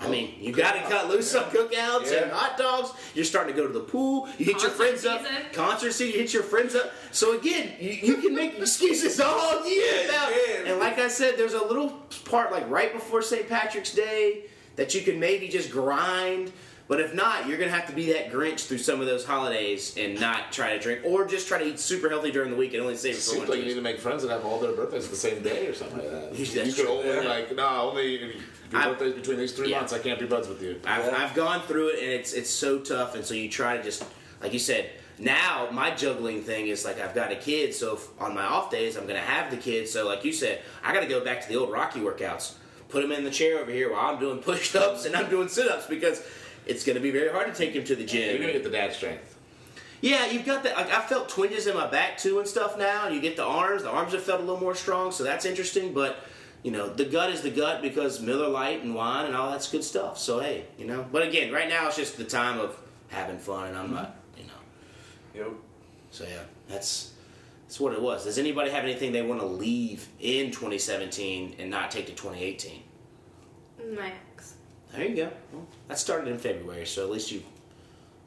Speaker 3: I mean, you got to cut loose on cookouts
Speaker 2: Oh,
Speaker 3: and
Speaker 2: Yeah.
Speaker 3: hot dogs. You're starting to go to the pool. You hit your
Speaker 5: Concert
Speaker 3: friends
Speaker 5: season.
Speaker 3: up. Concert season. You hit your friends up. So again, you, you can make excuses all year. about-
Speaker 4: yeah.
Speaker 3: And like I said, there's a little part like right before St. Patrick's Day that you can maybe just grind. But if not, you're gonna have to be that Grinch through some of those holidays and not try to drink, or just try to eat super healthy during the week and only save it
Speaker 2: It
Speaker 3: for one.
Speaker 2: seems like you
Speaker 3: feast.
Speaker 2: need to make friends that have all their birthdays the same day or something like that.
Speaker 3: That's
Speaker 2: you could
Speaker 3: true.
Speaker 2: only
Speaker 4: Yeah.
Speaker 2: like no, only if your
Speaker 3: I-
Speaker 2: birthday's between these three
Speaker 3: Yeah.
Speaker 2: months. I can't be buds with you.
Speaker 3: I've, I've gone through it and it's it's so tough and so you try to just like you said now my juggling thing is like I've got a kid so if, on my off days I'm gonna have the kid so like you said I gotta go back to the old Rocky workouts put him in the chair over here while I'm doing push ups and I'm doing sit ups because it's gonna be very hard to take him to the gym
Speaker 2: You're gonna get the dad strength.
Speaker 3: yeah, you've got that. Like, I felt twinges in my back too and stuff now. You get the arms. The arms have felt a little more strong, so that's interesting. But you know, the gut is the gut because Miller Lite and wine and all that's good stuff. So hey, you know. But again, right now it's just the time of having fun, and I'm not, you know.
Speaker 4: Yep.
Speaker 3: So yeah, that's that's what it was. Does anybody have anything they want to leave in 2017 and not take to 2018?
Speaker 5: My ex.
Speaker 3: There you go. Well, that started in February, so at least you.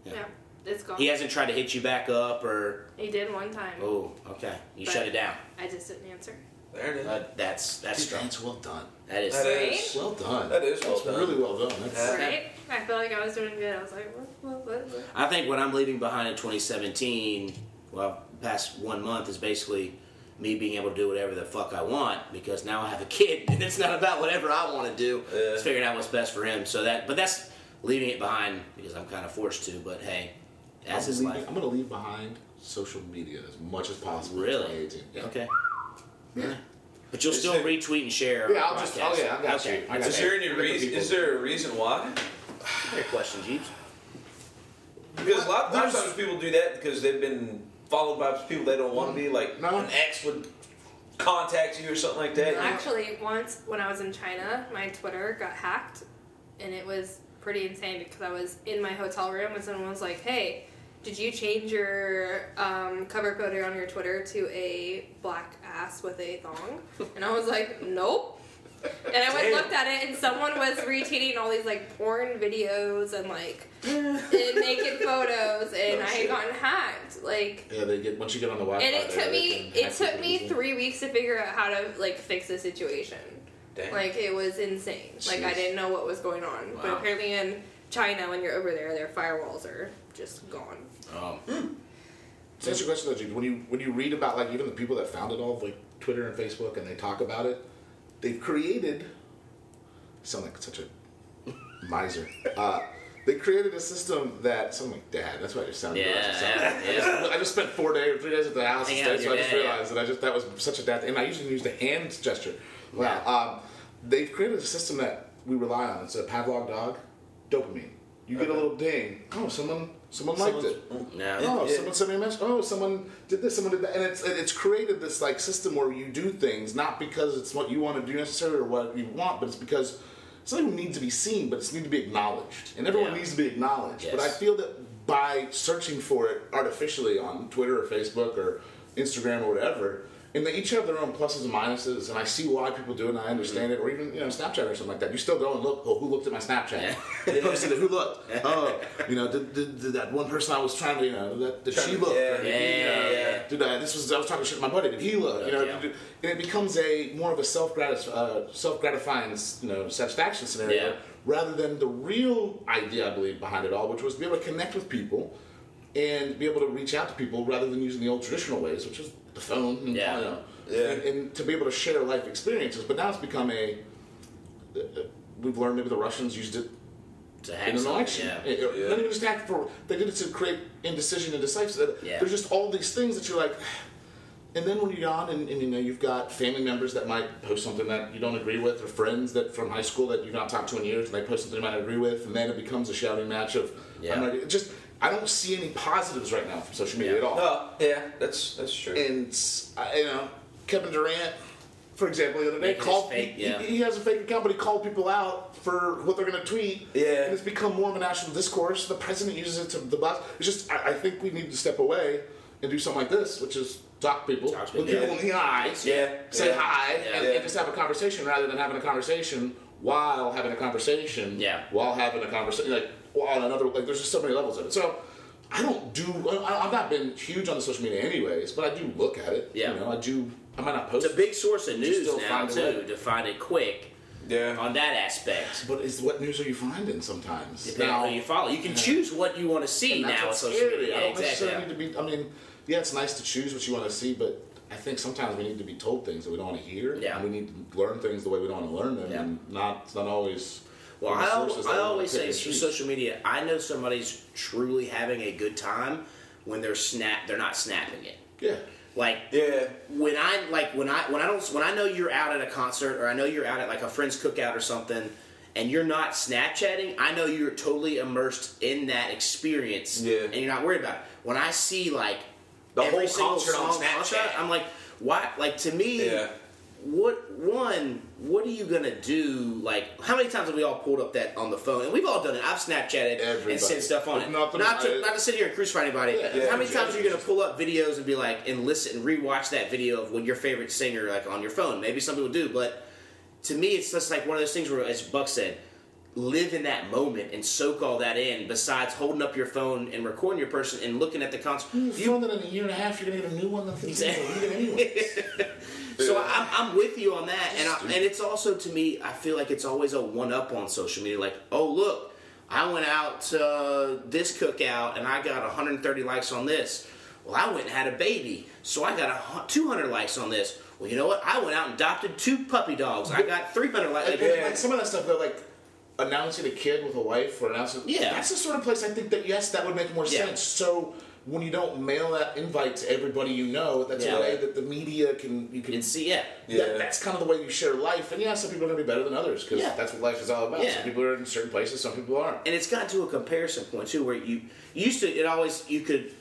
Speaker 5: Yeah. It's gone.
Speaker 3: He hasn't tried to hit you back up or.
Speaker 5: He did one time.
Speaker 3: Oh, okay. You shut it down.
Speaker 5: I just didn't answer.
Speaker 4: There it is.
Speaker 3: That- that's that's
Speaker 2: Dude,
Speaker 3: strong.
Speaker 2: that's well done.
Speaker 3: That is.
Speaker 4: That
Speaker 5: Right?
Speaker 4: is.
Speaker 2: Well done.
Speaker 4: That is well
Speaker 2: That's
Speaker 4: done.
Speaker 2: really well done. That's,
Speaker 4: Yeah.
Speaker 5: Right? I felt like I was doing good. I was like, what, what, what, what?
Speaker 3: I think what I'm leaving behind in 2017, well, past one month is basically me being able to do whatever the fuck I want because now I have a kid and it's not about whatever I want to do.
Speaker 4: Yeah.
Speaker 3: It's figuring out what's best for him. So that, but that's leaving it behind because I'm kind of forced to. But hey, that's his
Speaker 2: I'm
Speaker 3: life.
Speaker 2: leaving- I'm going to leave behind social media as much as possible. in
Speaker 3: Really?
Speaker 2: 2018. Yeah.
Speaker 3: Okay. But you'll still retweet and share.
Speaker 2: Yeah,
Speaker 3: our
Speaker 2: I'll just-
Speaker 3: podcast.
Speaker 2: oh, yeah, I got
Speaker 3: okay.
Speaker 2: you. I got
Speaker 4: Is
Speaker 2: you.
Speaker 4: there any reason? Is there a reason why?
Speaker 3: Fair question, Jeeves.
Speaker 4: Because a lot, a lot of
Speaker 2: There's-
Speaker 4: times people do that because they've been followed by people they don't want to be. Like
Speaker 2: No.
Speaker 4: an ex would contact you or something like that.
Speaker 5: Actually, once when I was in China, my Twitter got hacked, and it was pretty insane because I was in my hotel room and someone was like, "Hey, did you change your um, cover photo on your Twitter to a black ass with a thong?" And I was like, "Nope." And I went and looked at it, and someone was retweeting all these like porn videos and like and naked photos, and I had gotten hacked. Like,
Speaker 2: Yeah, they get once you get on the Wi-Fi.
Speaker 5: and it
Speaker 2: they- they
Speaker 5: took me
Speaker 2: can
Speaker 5: it
Speaker 2: hack you
Speaker 5: took me
Speaker 2: easily.
Speaker 5: three weeks to figure out how to like fix the situation
Speaker 4: Damn.
Speaker 5: like it was insane like i
Speaker 2: Jeez.
Speaker 5: didn't know what was going on but
Speaker 3: Wow.
Speaker 5: apparently in china when you're over there their firewalls are just gone
Speaker 3: Um,
Speaker 2: To answer your question though, Jude, when you when you read about like even the people that founded all of like Twitter and Facebook and they talk about it, they've created. I sound like such a miser. Uh, they created a system that sound like dad. That's why I just sound.
Speaker 3: yeah,
Speaker 2: I, just sound-
Speaker 3: yeah, yeah.
Speaker 2: I just spent four days or three days at the house
Speaker 3: Hang
Speaker 2: instead,
Speaker 3: out with
Speaker 2: so
Speaker 3: your
Speaker 2: I just
Speaker 3: dad, yeah.
Speaker 2: realized that I just that was such a dad. And I usually use the hand gesture. Wow. Um, they've created a system that we rely on. It's a Pavlov dog, dopamine. You get a little ding. Oh, someone someone liked
Speaker 4: Someone's-
Speaker 2: it.
Speaker 3: No.
Speaker 2: Oh,
Speaker 4: Yeah.
Speaker 2: someone sent me a message. Oh, someone did this. Someone did that, and it's and it's created this like system where you do things not because it's what you want to do necessarily or what you want, but it's because something needs to be seen, but it's need to be acknowledged, and everyone
Speaker 3: Yeah.
Speaker 2: needs to be acknowledged. But I
Speaker 3: Yes.
Speaker 2: feel that by searching for it artificially on Twitter or Facebook or Instagram or whatever, and they each have their own pluses and minuses, and I see why people do it, and I understand
Speaker 3: Mm-hmm.
Speaker 2: it, or even you know Snapchat or something like that. You still go and look. Oh, who looked at my Snapchat?
Speaker 3: Yeah.
Speaker 2: Who posted it? Who looked? Oh, you know, did, did, did that one person I was trying to, you know, that did she
Speaker 4: Trying to-
Speaker 2: look?
Speaker 4: yeah.
Speaker 2: Or did he,
Speaker 3: Yeah,
Speaker 2: uh,
Speaker 3: yeah.
Speaker 2: Did I, this was I was talking shit to my buddy. Did he look? You know,
Speaker 3: Yeah.
Speaker 2: did- and it becomes a more of a self gratif- uh, self gratifying, you know, satisfaction scenario
Speaker 3: Yeah.
Speaker 2: rather than the real idea I believe behind it all, which was to be able to connect with people and be able to reach out to people rather than using the old traditional ways, which is the phone. And,
Speaker 3: Yeah.
Speaker 2: You know,
Speaker 4: Yeah.
Speaker 2: and, and to be able to share life experiences, but now it's become a. uh, We've learned maybe the Russians used it
Speaker 3: To
Speaker 2: in
Speaker 3: hack
Speaker 2: an
Speaker 3: something,
Speaker 2: election.
Speaker 3: Yeah.
Speaker 2: It- it-
Speaker 4: Yeah.
Speaker 2: Not even just act for they did it to create indecision and decisive.
Speaker 3: Yeah.
Speaker 2: There's just all these things that you're like. And then when you're on, and, and you know you've got family members that might post something that you don't agree with, or friends that from high school that you've not talked to in years, and they post something you might agree with, and then it becomes a shouting match of.
Speaker 3: Yeah.
Speaker 2: I'm not, it just I don't see any positives right now from social media
Speaker 3: Yeah.
Speaker 2: at all.
Speaker 4: Oh, yeah, that's that's true.
Speaker 2: And s- I- you know Kevin Durant, for example, the other day
Speaker 3: Making his
Speaker 2: called.
Speaker 3: fake,
Speaker 2: he-
Speaker 3: yeah.
Speaker 2: he, he has a fake account, but he called people out for what they're going to tweet.
Speaker 4: Yeah.
Speaker 2: and it's become more of a national discourse. The president uses it to the boss. It's just I, I think we need to step away and do something like this, which is talk people,
Speaker 3: Talk to
Speaker 2: look
Speaker 3: people,
Speaker 2: people in the eye,
Speaker 4: Yeah,
Speaker 2: say
Speaker 4: yeah.
Speaker 2: hi, and,
Speaker 4: Yeah.
Speaker 2: and just have a conversation rather than having a conversation while having a conversation.
Speaker 3: Yeah.
Speaker 2: while having a conversation like while on another like there's just so many levels of it. So. I don't do. I, I've not been huge on the social media, anyways, but I do look at it.
Speaker 3: Yeah.
Speaker 2: you know, I do. I might not post.
Speaker 3: It's a big source of news
Speaker 2: still
Speaker 3: now
Speaker 2: find a way.
Speaker 3: too to find it quick
Speaker 4: yeah.
Speaker 3: on that aspect.
Speaker 2: But is what news are you finding sometimes?
Speaker 3: Depending on who you follow, you can choose what you want to see
Speaker 2: and that's
Speaker 3: now with
Speaker 2: what's
Speaker 3: social
Speaker 2: scary.
Speaker 3: media.
Speaker 2: I don't
Speaker 3: Yeah, exactly.
Speaker 2: necessarily need to be. I mean, yeah, it's nice to choose what you want to see, but I think sometimes we need to be told things that we don't want to hear.
Speaker 3: Yeah.
Speaker 2: and we need to learn things the way we don't want to learn them,
Speaker 3: Yeah.
Speaker 2: and not it's not always.
Speaker 3: Well,
Speaker 2: from
Speaker 3: I,
Speaker 2: the
Speaker 3: al-
Speaker 2: sources that
Speaker 3: I
Speaker 2: we
Speaker 3: always
Speaker 2: pick
Speaker 3: say
Speaker 2: and
Speaker 3: through
Speaker 2: choose.
Speaker 3: social media, I know somebody's truly having a good time when they're snap. They're not snapping it.
Speaker 2: Yeah,
Speaker 3: Like
Speaker 4: Yeah.
Speaker 3: when I like when I when I don't when I know you're out at a concert or I know you're out at like a friend's cookout or something, and you're not Snapchatting. I know you're totally immersed in that experience,
Speaker 4: Yeah.
Speaker 3: and you're not worried about it. When I see like
Speaker 4: The
Speaker 3: every
Speaker 4: whole
Speaker 3: single
Speaker 4: concert on
Speaker 3: song
Speaker 4: Snapchat.
Speaker 3: I'm like, why? Like to me,
Speaker 4: Yeah.
Speaker 3: what one? What are you gonna do? Like, how many times have we all pulled up that on the phone? And we've all done it. I've Snapchatted
Speaker 2: Everybody.
Speaker 3: and sent stuff on
Speaker 2: If
Speaker 3: it.
Speaker 2: not the-
Speaker 3: not, to,
Speaker 2: I-
Speaker 3: not to sit here and crucify anybody.
Speaker 2: Yeah,
Speaker 3: how many
Speaker 2: yeah.
Speaker 3: times are you gonna pull up videos and be like, and listen and rewatch that video of when your favorite singer like on your phone? Maybe some people do, but to me, it's just like one of those things where, as Buck said, live in that moment and soak all that in. Besides holding up your phone and recording your person and looking at the concert,
Speaker 2: You filmed it in a year and a half. You're gonna get a new one. That's
Speaker 3: Exactly.
Speaker 2: exactly. anyway.
Speaker 3: So I'm, I'm with you on that, and I, and it's also to me, I feel like it's always a one up on social media. Like, oh look, I went out to uh, this cookout and I got 130 likes on this. Well, I went and had a baby, so I got a, hu- 200 likes on this. Well, you know what? I went out and adopted two puppy dogs. I got 300 likes.
Speaker 2: Like, like some of that stuff though, like announcing a kid with a wife or announcing.
Speaker 3: Yeah.
Speaker 2: that's the sort of place I think that yes, that would make more
Speaker 3: Yeah.
Speaker 2: sense. So when you don't mail that invite to everybody you know, that's
Speaker 3: Yeah.
Speaker 2: a way that the media can you can
Speaker 3: and see, yeah,
Speaker 4: Yeah.
Speaker 2: That, that's kind of the way you share life, and yeah, some people are going to be better than others because
Speaker 3: Yeah.
Speaker 2: that's what life is all about.
Speaker 3: Yeah.
Speaker 2: Some people are in certain places, some people aren't.
Speaker 3: and it's gotten to a comparison point too, where you you used to it always you could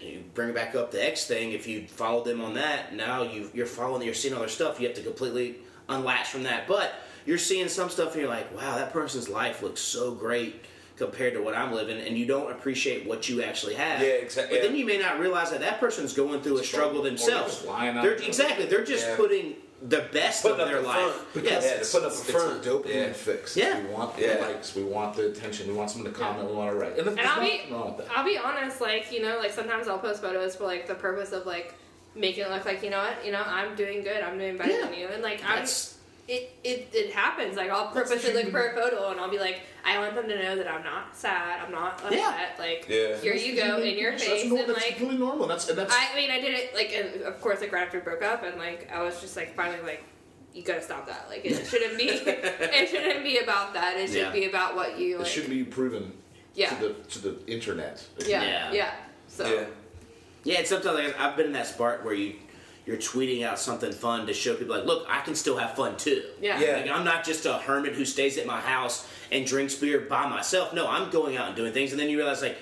Speaker 3: you bring back up the X thing if you followed them on that. Now you you're following you're seeing all their stuff. You have to completely unlatch from that, but you're seeing some stuff and you're like, wow, that person's life looks so great compared to what I'm living, and you don't appreciate what you actually have.
Speaker 4: Yeah, exact-
Speaker 3: But then
Speaker 4: yeah.
Speaker 3: you may not realize that that person's going through a
Speaker 2: Struggle.
Speaker 3: struggle
Speaker 2: Or they're just
Speaker 3: themselves.
Speaker 2: lying out
Speaker 3: They're-
Speaker 2: there.
Speaker 3: exactly. They're just
Speaker 4: Yeah.
Speaker 3: putting the best of
Speaker 4: Putting up
Speaker 3: their
Speaker 4: the
Speaker 3: life.
Speaker 4: front.
Speaker 3: Yes.
Speaker 4: Yeah, to put up a front.
Speaker 2: It's a dopamine
Speaker 4: Yeah.
Speaker 2: fix.
Speaker 3: Yeah.
Speaker 2: We want the
Speaker 4: Yeah.
Speaker 2: likes, we want the attention, we want someone to comment, we want to write.
Speaker 5: And I'll be,
Speaker 2: nothing wrong with that.
Speaker 5: I'll be honest, like, you know, like sometimes I'll post photos for like the purpose of like making it look like, you know what, you know, I'm doing good, I'm doing better
Speaker 3: Yeah.
Speaker 5: than you. And like, I'm,
Speaker 3: That's-
Speaker 5: it, it, it happens. Like, I'll purposely look for a photo and I'll be like, I want them to know that I'm not sad, I'm not upset.
Speaker 3: Yeah.
Speaker 5: Like,
Speaker 4: Yeah.
Speaker 5: here you go in your
Speaker 2: That's
Speaker 5: face.
Speaker 2: nor-
Speaker 5: And
Speaker 2: that's
Speaker 5: like,
Speaker 2: completely normal. That's and that's
Speaker 5: I mean, I did it like, and of course, like right after we broke up, and like I was just like finally like, you gotta stop that. Like it shouldn't be, it shouldn't be about that. It should
Speaker 3: Yeah.
Speaker 5: be about what you
Speaker 2: it
Speaker 5: like.
Speaker 2: should be proven
Speaker 5: Yeah.
Speaker 2: to the to the internet.
Speaker 5: yeah,
Speaker 3: Yeah.
Speaker 5: yeah, So
Speaker 4: Yeah.
Speaker 3: Yeah, and sometimes like, I've been in that spot where you you're tweeting out something fun to show people like, look, I can still have fun too.
Speaker 5: yeah,
Speaker 4: Yeah.
Speaker 3: Like I'm not just a hermit who stays at my house and drinks beer by myself. No, I'm going out and doing things, and then you realize like,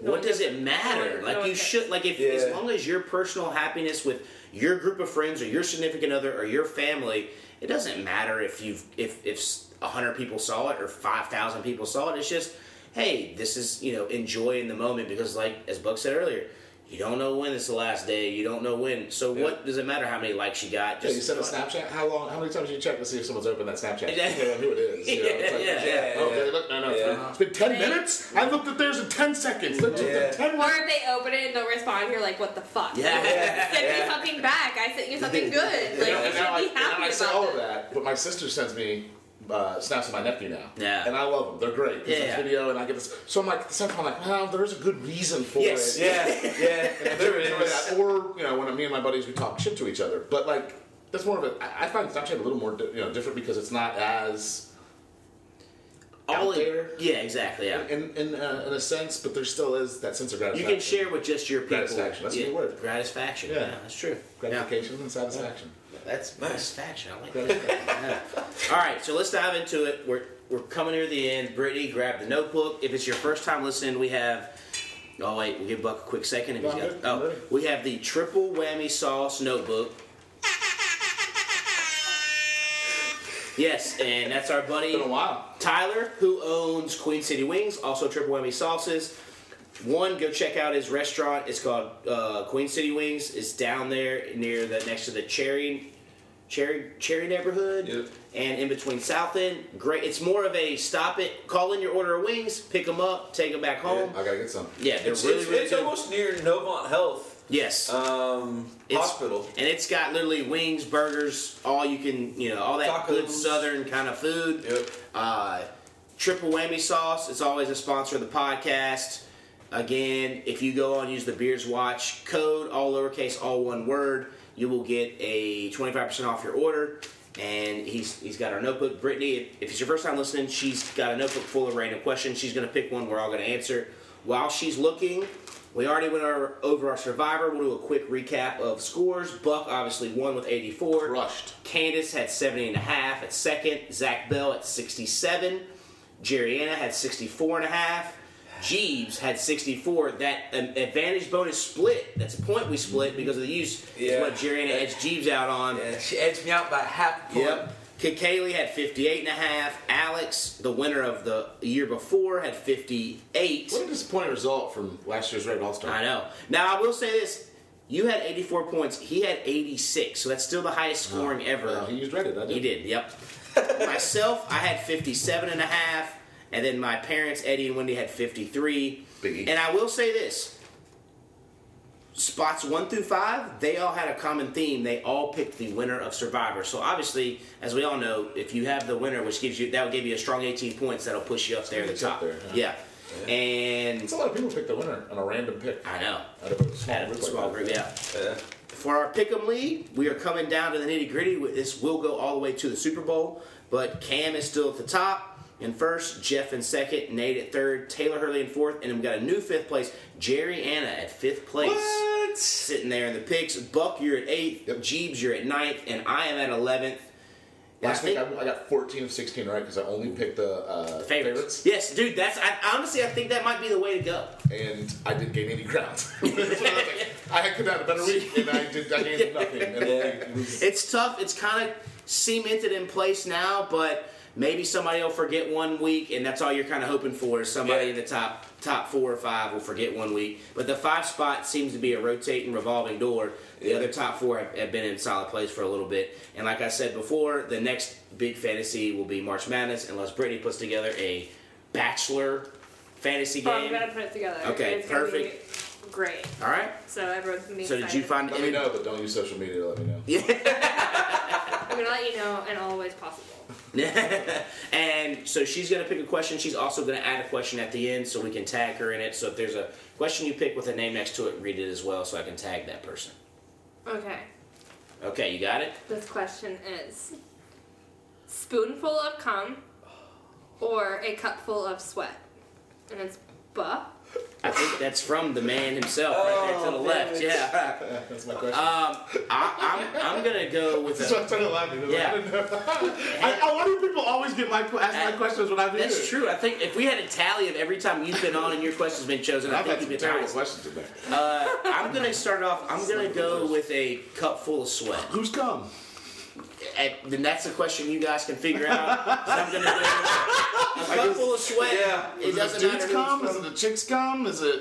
Speaker 5: No
Speaker 3: what
Speaker 5: one
Speaker 3: does
Speaker 5: cares.
Speaker 3: it matter?
Speaker 5: No
Speaker 3: like
Speaker 5: one- no
Speaker 3: you
Speaker 5: one cares.
Speaker 3: should like if as
Speaker 4: Yeah.
Speaker 3: long as your personal happiness with your group of friends or your significant other or your family, it doesn't matter if you've if if hundred people saw it or five thousand people saw it. It's just hey, this is you know enjoy in the moment because like as Buck said earlier. You don't know when it's the last day. You don't know when. So what does it matter how many likes you got?
Speaker 2: Yeah, you sent a
Speaker 3: fun.
Speaker 2: Snapchat. How long? How many times do you check to see if someone's opened that Snapchat?
Speaker 3: Yeah.
Speaker 2: You know who it is. You know, it's like,
Speaker 3: Yeah,
Speaker 4: yeah,
Speaker 2: oh,
Speaker 4: yeah.
Speaker 2: they look- no, no, it's
Speaker 4: Yeah.
Speaker 2: been- it's been ten
Speaker 5: Right.
Speaker 2: minutes. I looked at theirs in ten seconds. Looked at
Speaker 4: Yeah.
Speaker 2: them ten
Speaker 5: Or if they open it and don't respond, you're like, what the fuck?
Speaker 3: Yeah.
Speaker 5: Like, send me something back. I sent you something good. Like
Speaker 2: You know,
Speaker 5: you
Speaker 2: and
Speaker 5: should
Speaker 2: now, I,
Speaker 5: be
Speaker 2: and now
Speaker 5: happy
Speaker 2: I
Speaker 5: about
Speaker 2: see all of
Speaker 5: that.
Speaker 2: that, but my sister sends me uh, snaps of my nephew now.
Speaker 3: Yeah.
Speaker 2: And I love them. They're great. He
Speaker 3: Yeah.
Speaker 2: sends video, and I get this. So I'm like, sometimes I'm like, well, there is a good reason for
Speaker 3: Yes.
Speaker 2: it.
Speaker 4: Yeah. Yeah. There it
Speaker 2: Enjoy
Speaker 4: is.
Speaker 2: that. Or, you know, when me and my buddies, we talk shit to each other. But, like, that's more of a. I I find Snapchat a little more, di- you know, different because it's not as.
Speaker 3: All
Speaker 2: out
Speaker 3: in-
Speaker 2: there.
Speaker 3: Yeah, exactly. Yeah.
Speaker 2: In, in, uh, in a sense, but there still is that sense of
Speaker 3: You
Speaker 2: gratification.
Speaker 3: can share with just your people.
Speaker 2: Satisfaction, that's a good word.
Speaker 3: Satisfaction. Yeah.
Speaker 2: Yeah.
Speaker 3: that's true.
Speaker 2: gratification and satisfaction.
Speaker 3: Yeah. That's
Speaker 4: Nice.
Speaker 3: satisfaction. I like that.
Speaker 2: Gratification.
Speaker 3: All right, so let's dive into it. We're we're coming near the end. Brittany, grab the notebook. If it's your first time listening, we have. Oh wait, we'll give Buck a quick second. If he's
Speaker 2: No,
Speaker 3: got,
Speaker 2: I'm good, I'm
Speaker 3: oh,
Speaker 2: ready.
Speaker 3: we have the triple whammy sauce notebook. Yes, and that's our buddy.
Speaker 2: It's been a while.
Speaker 3: Tyler, who owns Queen City Wings, also Triple Whammy Sauces. One, go check out his restaurant. It's called uh, Queen City Wings. It's down there near the next to the Cherry, Cherry, Cherry neighborhood,
Speaker 4: Yep.
Speaker 3: and in between South End. Great. It's more of a stop it, call in your order of wings, pick them up, take them back home.
Speaker 2: I gotta get some.
Speaker 3: Yeah, they're
Speaker 4: It's,
Speaker 3: really
Speaker 4: it's,
Speaker 3: really
Speaker 4: it's
Speaker 3: good.
Speaker 4: almost near Novant Health
Speaker 3: yes,
Speaker 4: um,
Speaker 3: It's-
Speaker 4: Hospital.
Speaker 3: and it's got literally wings, burgers, all you can, you know, all that good
Speaker 4: Tacos.
Speaker 3: Southern kind of food.
Speaker 4: Yep.
Speaker 3: Uh, Triple Whammy Sauce is always a sponsor of the podcast. Again, if you go on use the Beers Watch code, all lowercase, all one word, you will get a 25% off your order. And he's he's got our notebook. Brittany, if, if it's your first time listening, she's got a notebook full of random questions. She's going to pick one we're all going to answer. While she's looking, we already went over, over our survivor. We'll do a quick recap of scores. Buck obviously won with 84.
Speaker 2: Crushed.
Speaker 3: Candace had 70 and a half at second. Zach Bell at 67. Jerry Anna had 64 and a half. Jeeves had 64. That um, advantage bonus split. That's a point we split because of the use. Is
Speaker 4: Yeah.
Speaker 3: what Jerry edged Jeeves out on.
Speaker 4: Yeah, she edged me out by half a point.
Speaker 3: Yep. Kikali had 58 and a half. Alex, the winner of the year before, had 58.
Speaker 2: What a disappointing result from last year's Red All
Speaker 3: I
Speaker 2: Star.
Speaker 3: know. Now, I will say this. You had 84 points. He had 86. So that's still the highest
Speaker 4: Oh,
Speaker 3: scoring ever.
Speaker 2: Uh, he used Reddit. I did.
Speaker 3: He did, yep. Myself, I had 57 and a half, and then my parents, Eddie and Wendy, had 53.
Speaker 2: Biggie.
Speaker 3: And I will say this spots one through five, they all had a common theme. They all picked the winner of Survivor. So obviously, as we all know, if you have the winner, which gives you that will give you a strong 18 points, that'll push you up there at the
Speaker 2: It's up
Speaker 3: top.
Speaker 2: there,
Speaker 3: yeah.
Speaker 2: yeah.
Speaker 3: And
Speaker 2: It's a lot of people pick the winner on a random pick.
Speaker 3: I know.
Speaker 2: Out of a small
Speaker 3: Had
Speaker 2: group
Speaker 3: a
Speaker 2: like
Speaker 3: small
Speaker 2: that.
Speaker 3: group, yeah.
Speaker 4: Yeah.
Speaker 3: For our pick'em league, we are coming down to the nitty gritty. This will go all the way to the Super Bowl, but Cam is still at the top in first, Jeff in second, Nate at third, Taylor Hurley in fourth, and we've got a new fifth place, Jerry Anna at fifth place. Sitting there in the picks. Buck, you're at eighth.
Speaker 2: Yep.
Speaker 3: Jeebs, you're at ninth, and I am at eleventh. And I
Speaker 2: Last week
Speaker 3: think-
Speaker 2: I, I got 14 of 16 right because I only picked the uh,
Speaker 3: favorites. Yes, dude. That's I, honestly, I think that might be the way to go.
Speaker 2: and I didn't gain any ground. So I, was like, I could have had a better week, and I did. I gained nothing. And it was-
Speaker 3: It's tough. It's kind of cemented in place now, but maybe somebody will forget one week, and that's all you're kind of hoping for is somebody
Speaker 4: Yeah.
Speaker 3: in the top top four or five will forget one week. But the five spot seems to be a rotating, revolving door. The
Speaker 4: Yeah.
Speaker 3: other top four have, have been in solid place for a little bit, and like I said before, the next big fantasy will be March Madness, unless Brittany puts together a bachelor fantasy
Speaker 5: Well, I'm
Speaker 3: game.
Speaker 5: gonna put it together.
Speaker 3: Okay,
Speaker 5: It's gonna be Great.
Speaker 3: All right.
Speaker 5: So everyone's gonna be
Speaker 3: So did you
Speaker 5: excited.
Speaker 3: find
Speaker 2: let me
Speaker 3: any?
Speaker 2: know, but don't use social media to let me know.
Speaker 5: I'm gonna let you know in all ways possible.
Speaker 3: and so she's going to pick a question. She's also going to add a question at the end so we can tag her in it. So if there's a question you pick with a name next to it, read it as well so I can tag that person.
Speaker 5: Okay.
Speaker 3: Okay, you got it?
Speaker 5: This question is spoonful of cum or a cupful of sweat? And it's buh.
Speaker 3: I think that's from the man himself right there
Speaker 2: Oh,
Speaker 3: to the left. Yeah.
Speaker 2: That's my question.
Speaker 3: Um, I, I'm, I'm going to go with
Speaker 2: That's why I
Speaker 3: a.
Speaker 2: started laughing. because
Speaker 3: Yeah.
Speaker 2: I, didn't know. I, I wonder if people always get my que- ask my questions when I do.
Speaker 3: That's true. I think if we had a tally of every time you've been on and your question's been chosen, I
Speaker 2: I've
Speaker 3: think
Speaker 2: had
Speaker 3: you'd be
Speaker 2: some
Speaker 3: terrible.
Speaker 2: terrible questions today.
Speaker 3: Uh, I'm going to start off, I'm going to go with a cup full of sweat.
Speaker 2: Who's come?
Speaker 3: and then that's a question you guys can figure out. So I'm gonna do a cup full of sweat.
Speaker 4: Yeah.
Speaker 3: it
Speaker 2: Does
Speaker 3: doesn't
Speaker 2: the dudes
Speaker 3: matter.
Speaker 2: come?
Speaker 3: who's
Speaker 2: Is
Speaker 3: from.
Speaker 2: it the chicks come? Is it?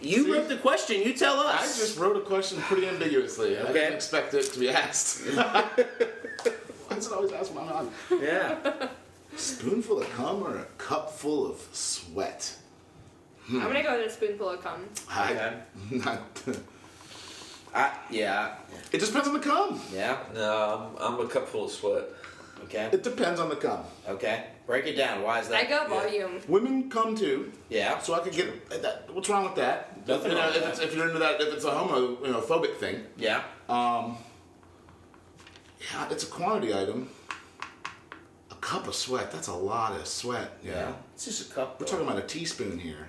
Speaker 3: You wrote the question. You tell
Speaker 2: I
Speaker 3: us.
Speaker 2: just wrote a question pretty ambiguously. I
Speaker 3: Okay.
Speaker 2: didn't expect it to be asked. Why does it always ask my mom?
Speaker 3: yeah.
Speaker 2: Spoonful of cum or a cupful of sweat?
Speaker 3: Hmm.
Speaker 5: I'm gonna go with a spoonful of cum.
Speaker 2: I,
Speaker 4: Okay.
Speaker 2: not,
Speaker 3: I, yeah.
Speaker 2: it just depends on the cum.
Speaker 3: Yeah.
Speaker 4: No, I'm, I'm a cup full of sweat.
Speaker 3: Okay.
Speaker 2: It depends on the cum.
Speaker 3: Okay. Break it down. Why is that?
Speaker 5: I go volume.
Speaker 2: Women come too,
Speaker 3: Yeah.
Speaker 2: so I could get that. What's wrong with that?
Speaker 3: Nothing
Speaker 2: You know,
Speaker 3: wrong with
Speaker 2: if, it's, if you're into that, if it's a homo, you know, phobic thing.
Speaker 3: Yeah.
Speaker 2: Yeah, it's a quantity item. A cup of sweat. That's a lot of sweat. Yeah.
Speaker 3: It's just a cup.
Speaker 2: We're talking about a teaspoon here.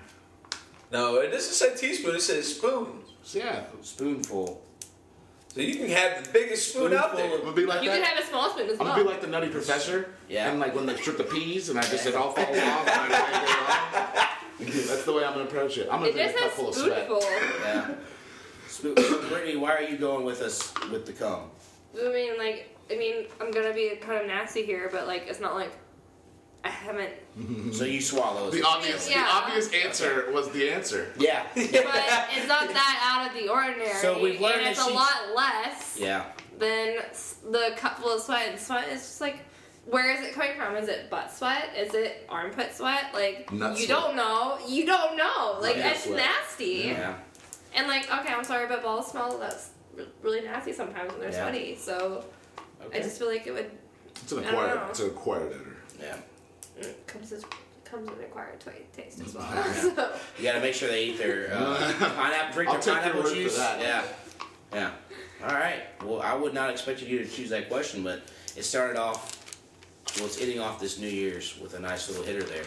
Speaker 4: No, it doesn't say teaspoon, it says spoon.
Speaker 2: So yeah,
Speaker 3: spoonful.
Speaker 4: So you can have the biggest spoon out there.
Speaker 2: I'm gonna be like
Speaker 5: You
Speaker 2: that.
Speaker 5: can have a small spoon as
Speaker 2: I'm
Speaker 5: well.
Speaker 2: gonna be like the Nutty Professor.
Speaker 3: Yeah.
Speaker 2: And like when they strip the peas, and I just it all falls off. And I get it off. That's the way I'm gonna approach it. I'm gonna
Speaker 5: it
Speaker 2: drink
Speaker 5: just
Speaker 2: a cup
Speaker 5: says
Speaker 2: full of sweat.
Speaker 5: spoonful.
Speaker 3: Yeah. Spoon- Brittany, why are you going with us with the cum?
Speaker 5: I mean, like, I mean, I'm gonna be kind of nasty here, but like, it's not like I haven't.
Speaker 3: So you swallow.
Speaker 2: Mm-hmm. The obvious,
Speaker 5: Yeah.
Speaker 2: the obvious answer was the answer.
Speaker 3: yeah.
Speaker 5: But it's not that out of the ordinary.
Speaker 3: So we've learned
Speaker 5: and it's
Speaker 3: that
Speaker 5: a
Speaker 3: she-
Speaker 5: lot less
Speaker 3: Yeah.
Speaker 5: than s- the cupful of sweat. And sweat is just like, where is it coming from? Is it butt sweat? Is it armpit sweat? Like,
Speaker 2: Nut
Speaker 5: you
Speaker 2: sweat.
Speaker 5: don't know. You don't know. Like,
Speaker 3: Nut
Speaker 5: it's
Speaker 2: sweat.
Speaker 5: nasty.
Speaker 3: Yeah.
Speaker 5: And like, okay, I'm sorry, but balls smell that's re- really nasty sometimes when they're
Speaker 3: Yeah.
Speaker 5: sweaty. So I just feel like it would
Speaker 2: It's an
Speaker 5: I don't
Speaker 2: acquired,
Speaker 5: know.
Speaker 2: it's an acquired odor.
Speaker 3: Yeah.
Speaker 5: it comes as comes with an acquired t- taste as well. so
Speaker 3: You gotta make sure they eat their uh, pineapple, drink
Speaker 2: I'll
Speaker 3: their
Speaker 2: take your
Speaker 3: pineapple
Speaker 2: word for
Speaker 3: juice.
Speaker 2: that.
Speaker 3: Yeah, yeah. All right. Well, I would not expect you to choose that question, but it started off. Well, it's ending off this New Year's with a nice little hitter there.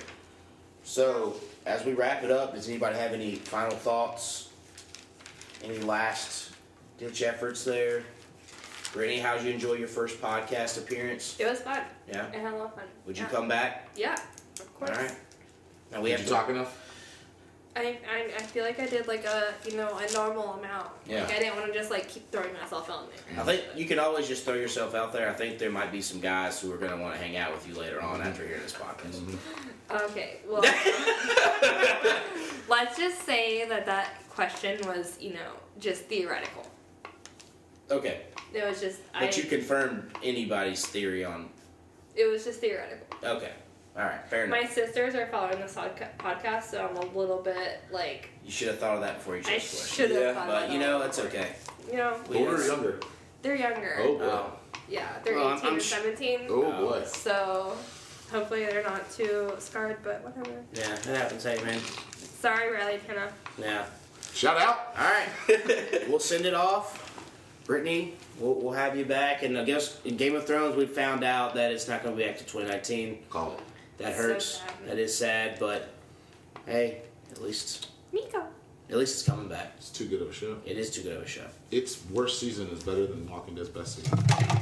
Speaker 3: So, as we wrap it up, does anybody have any final thoughts? Any last ditch efforts there? Brittany, how'd you enjoy your first podcast appearance?
Speaker 5: it was fun.
Speaker 3: Yeah.
Speaker 5: I had a lot of fun.
Speaker 3: Would you
Speaker 5: yeah.
Speaker 3: come back?
Speaker 5: Yeah, of
Speaker 3: All
Speaker 5: course.
Speaker 3: right. Now we
Speaker 2: Did
Speaker 3: have
Speaker 2: you
Speaker 3: to
Speaker 2: talk enough?
Speaker 5: I, I, I feel like I did like a you know a normal amount.
Speaker 3: Yeah.
Speaker 5: Like I didn't want to just like keep throwing myself out there.
Speaker 3: I think you can always just throw yourself out there. I think there might be some guys who are going to want to hang out with you later on after hearing this podcast.
Speaker 5: Okay. Well, let's just say that that question was you know just theoretical.
Speaker 3: Okay,
Speaker 5: It was just I.
Speaker 3: but you confirmed anybody's theory on.
Speaker 5: It was just theoretical.
Speaker 3: Okay, all right, fair enough.
Speaker 5: My sisters are following this podca- podcast, so I'm a little bit like
Speaker 3: you should have thought of that before you chose
Speaker 5: I
Speaker 3: the question.
Speaker 5: should have
Speaker 4: Yeah,
Speaker 5: thought about
Speaker 3: But you
Speaker 5: that.
Speaker 3: know, it's okay.
Speaker 5: you know
Speaker 3: We-
Speaker 2: Older or younger?
Speaker 5: they're younger.
Speaker 2: Oh boy.
Speaker 3: Oh,
Speaker 5: Yeah, they're
Speaker 3: Well, I'm-
Speaker 5: 18
Speaker 3: I'm
Speaker 5: or
Speaker 3: sh-
Speaker 5: 17.
Speaker 2: oh boy.
Speaker 5: So hopefully they're not too scarred, but whatever.
Speaker 3: yeah, that happens, hey man.
Speaker 5: Sorry, Riley, Kenna.
Speaker 3: Yeah.
Speaker 2: Shout out.
Speaker 3: All right, we'll send it off. Brittany, we'll, we'll have you back. And I guess in Game of Thrones, we found out that it's not going to be back to 2019.
Speaker 2: Call it.
Speaker 3: That
Speaker 5: So
Speaker 3: hurts.
Speaker 5: sad.
Speaker 3: that is sad, but hey, at least
Speaker 5: Miko.
Speaker 3: at least it's coming back.
Speaker 2: It's too good of a show.
Speaker 3: It is too good of a show.
Speaker 2: Its worst season is better than Walking Dead's best season.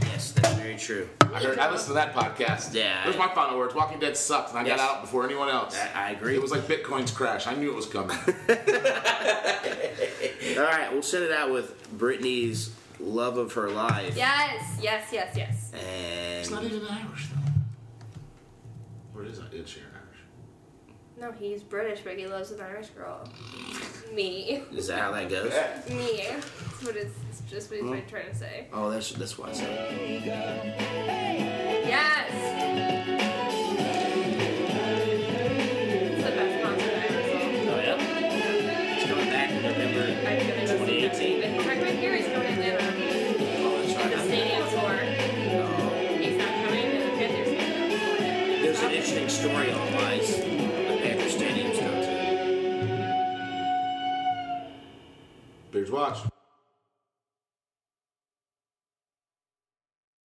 Speaker 3: Yes, that's very true.
Speaker 2: I heard. I listened to that podcast.
Speaker 3: Yeah.
Speaker 2: Those are my final words. Walking Dead sucked, and I
Speaker 3: Yes.
Speaker 2: got out before anyone else.
Speaker 3: I, I agree.
Speaker 2: It was like Bitcoin's crash. I knew it was coming.
Speaker 3: All right, we'll send it out with Brittany's love of her life.
Speaker 5: Yes, yes, yes, yes.
Speaker 3: And
Speaker 2: it's not even Irish though. Or is it? It's Sharon Irish.
Speaker 5: No, he's British, but he loves an Irish girl. Me.
Speaker 3: is that how that goes?
Speaker 5: Me. That's what it's, it's just what he's been trying to say.
Speaker 3: Oh, that's that's why I said. it.
Speaker 5: Yes! It's the best concert I ever
Speaker 3: Oh yeah. It's coming back in November.
Speaker 5: saw. I'm gonna go see that.
Speaker 3: 2018.
Speaker 5: He's right right here. He's going to Atlanta.
Speaker 3: Oh, that's
Speaker 5: The
Speaker 3: right.
Speaker 5: stadium tour.
Speaker 3: Oh.
Speaker 5: He's not coming, and the Panthers going
Speaker 3: There's an interesting story on why it's- the Panther Stadium's going to.
Speaker 2: Beards watch.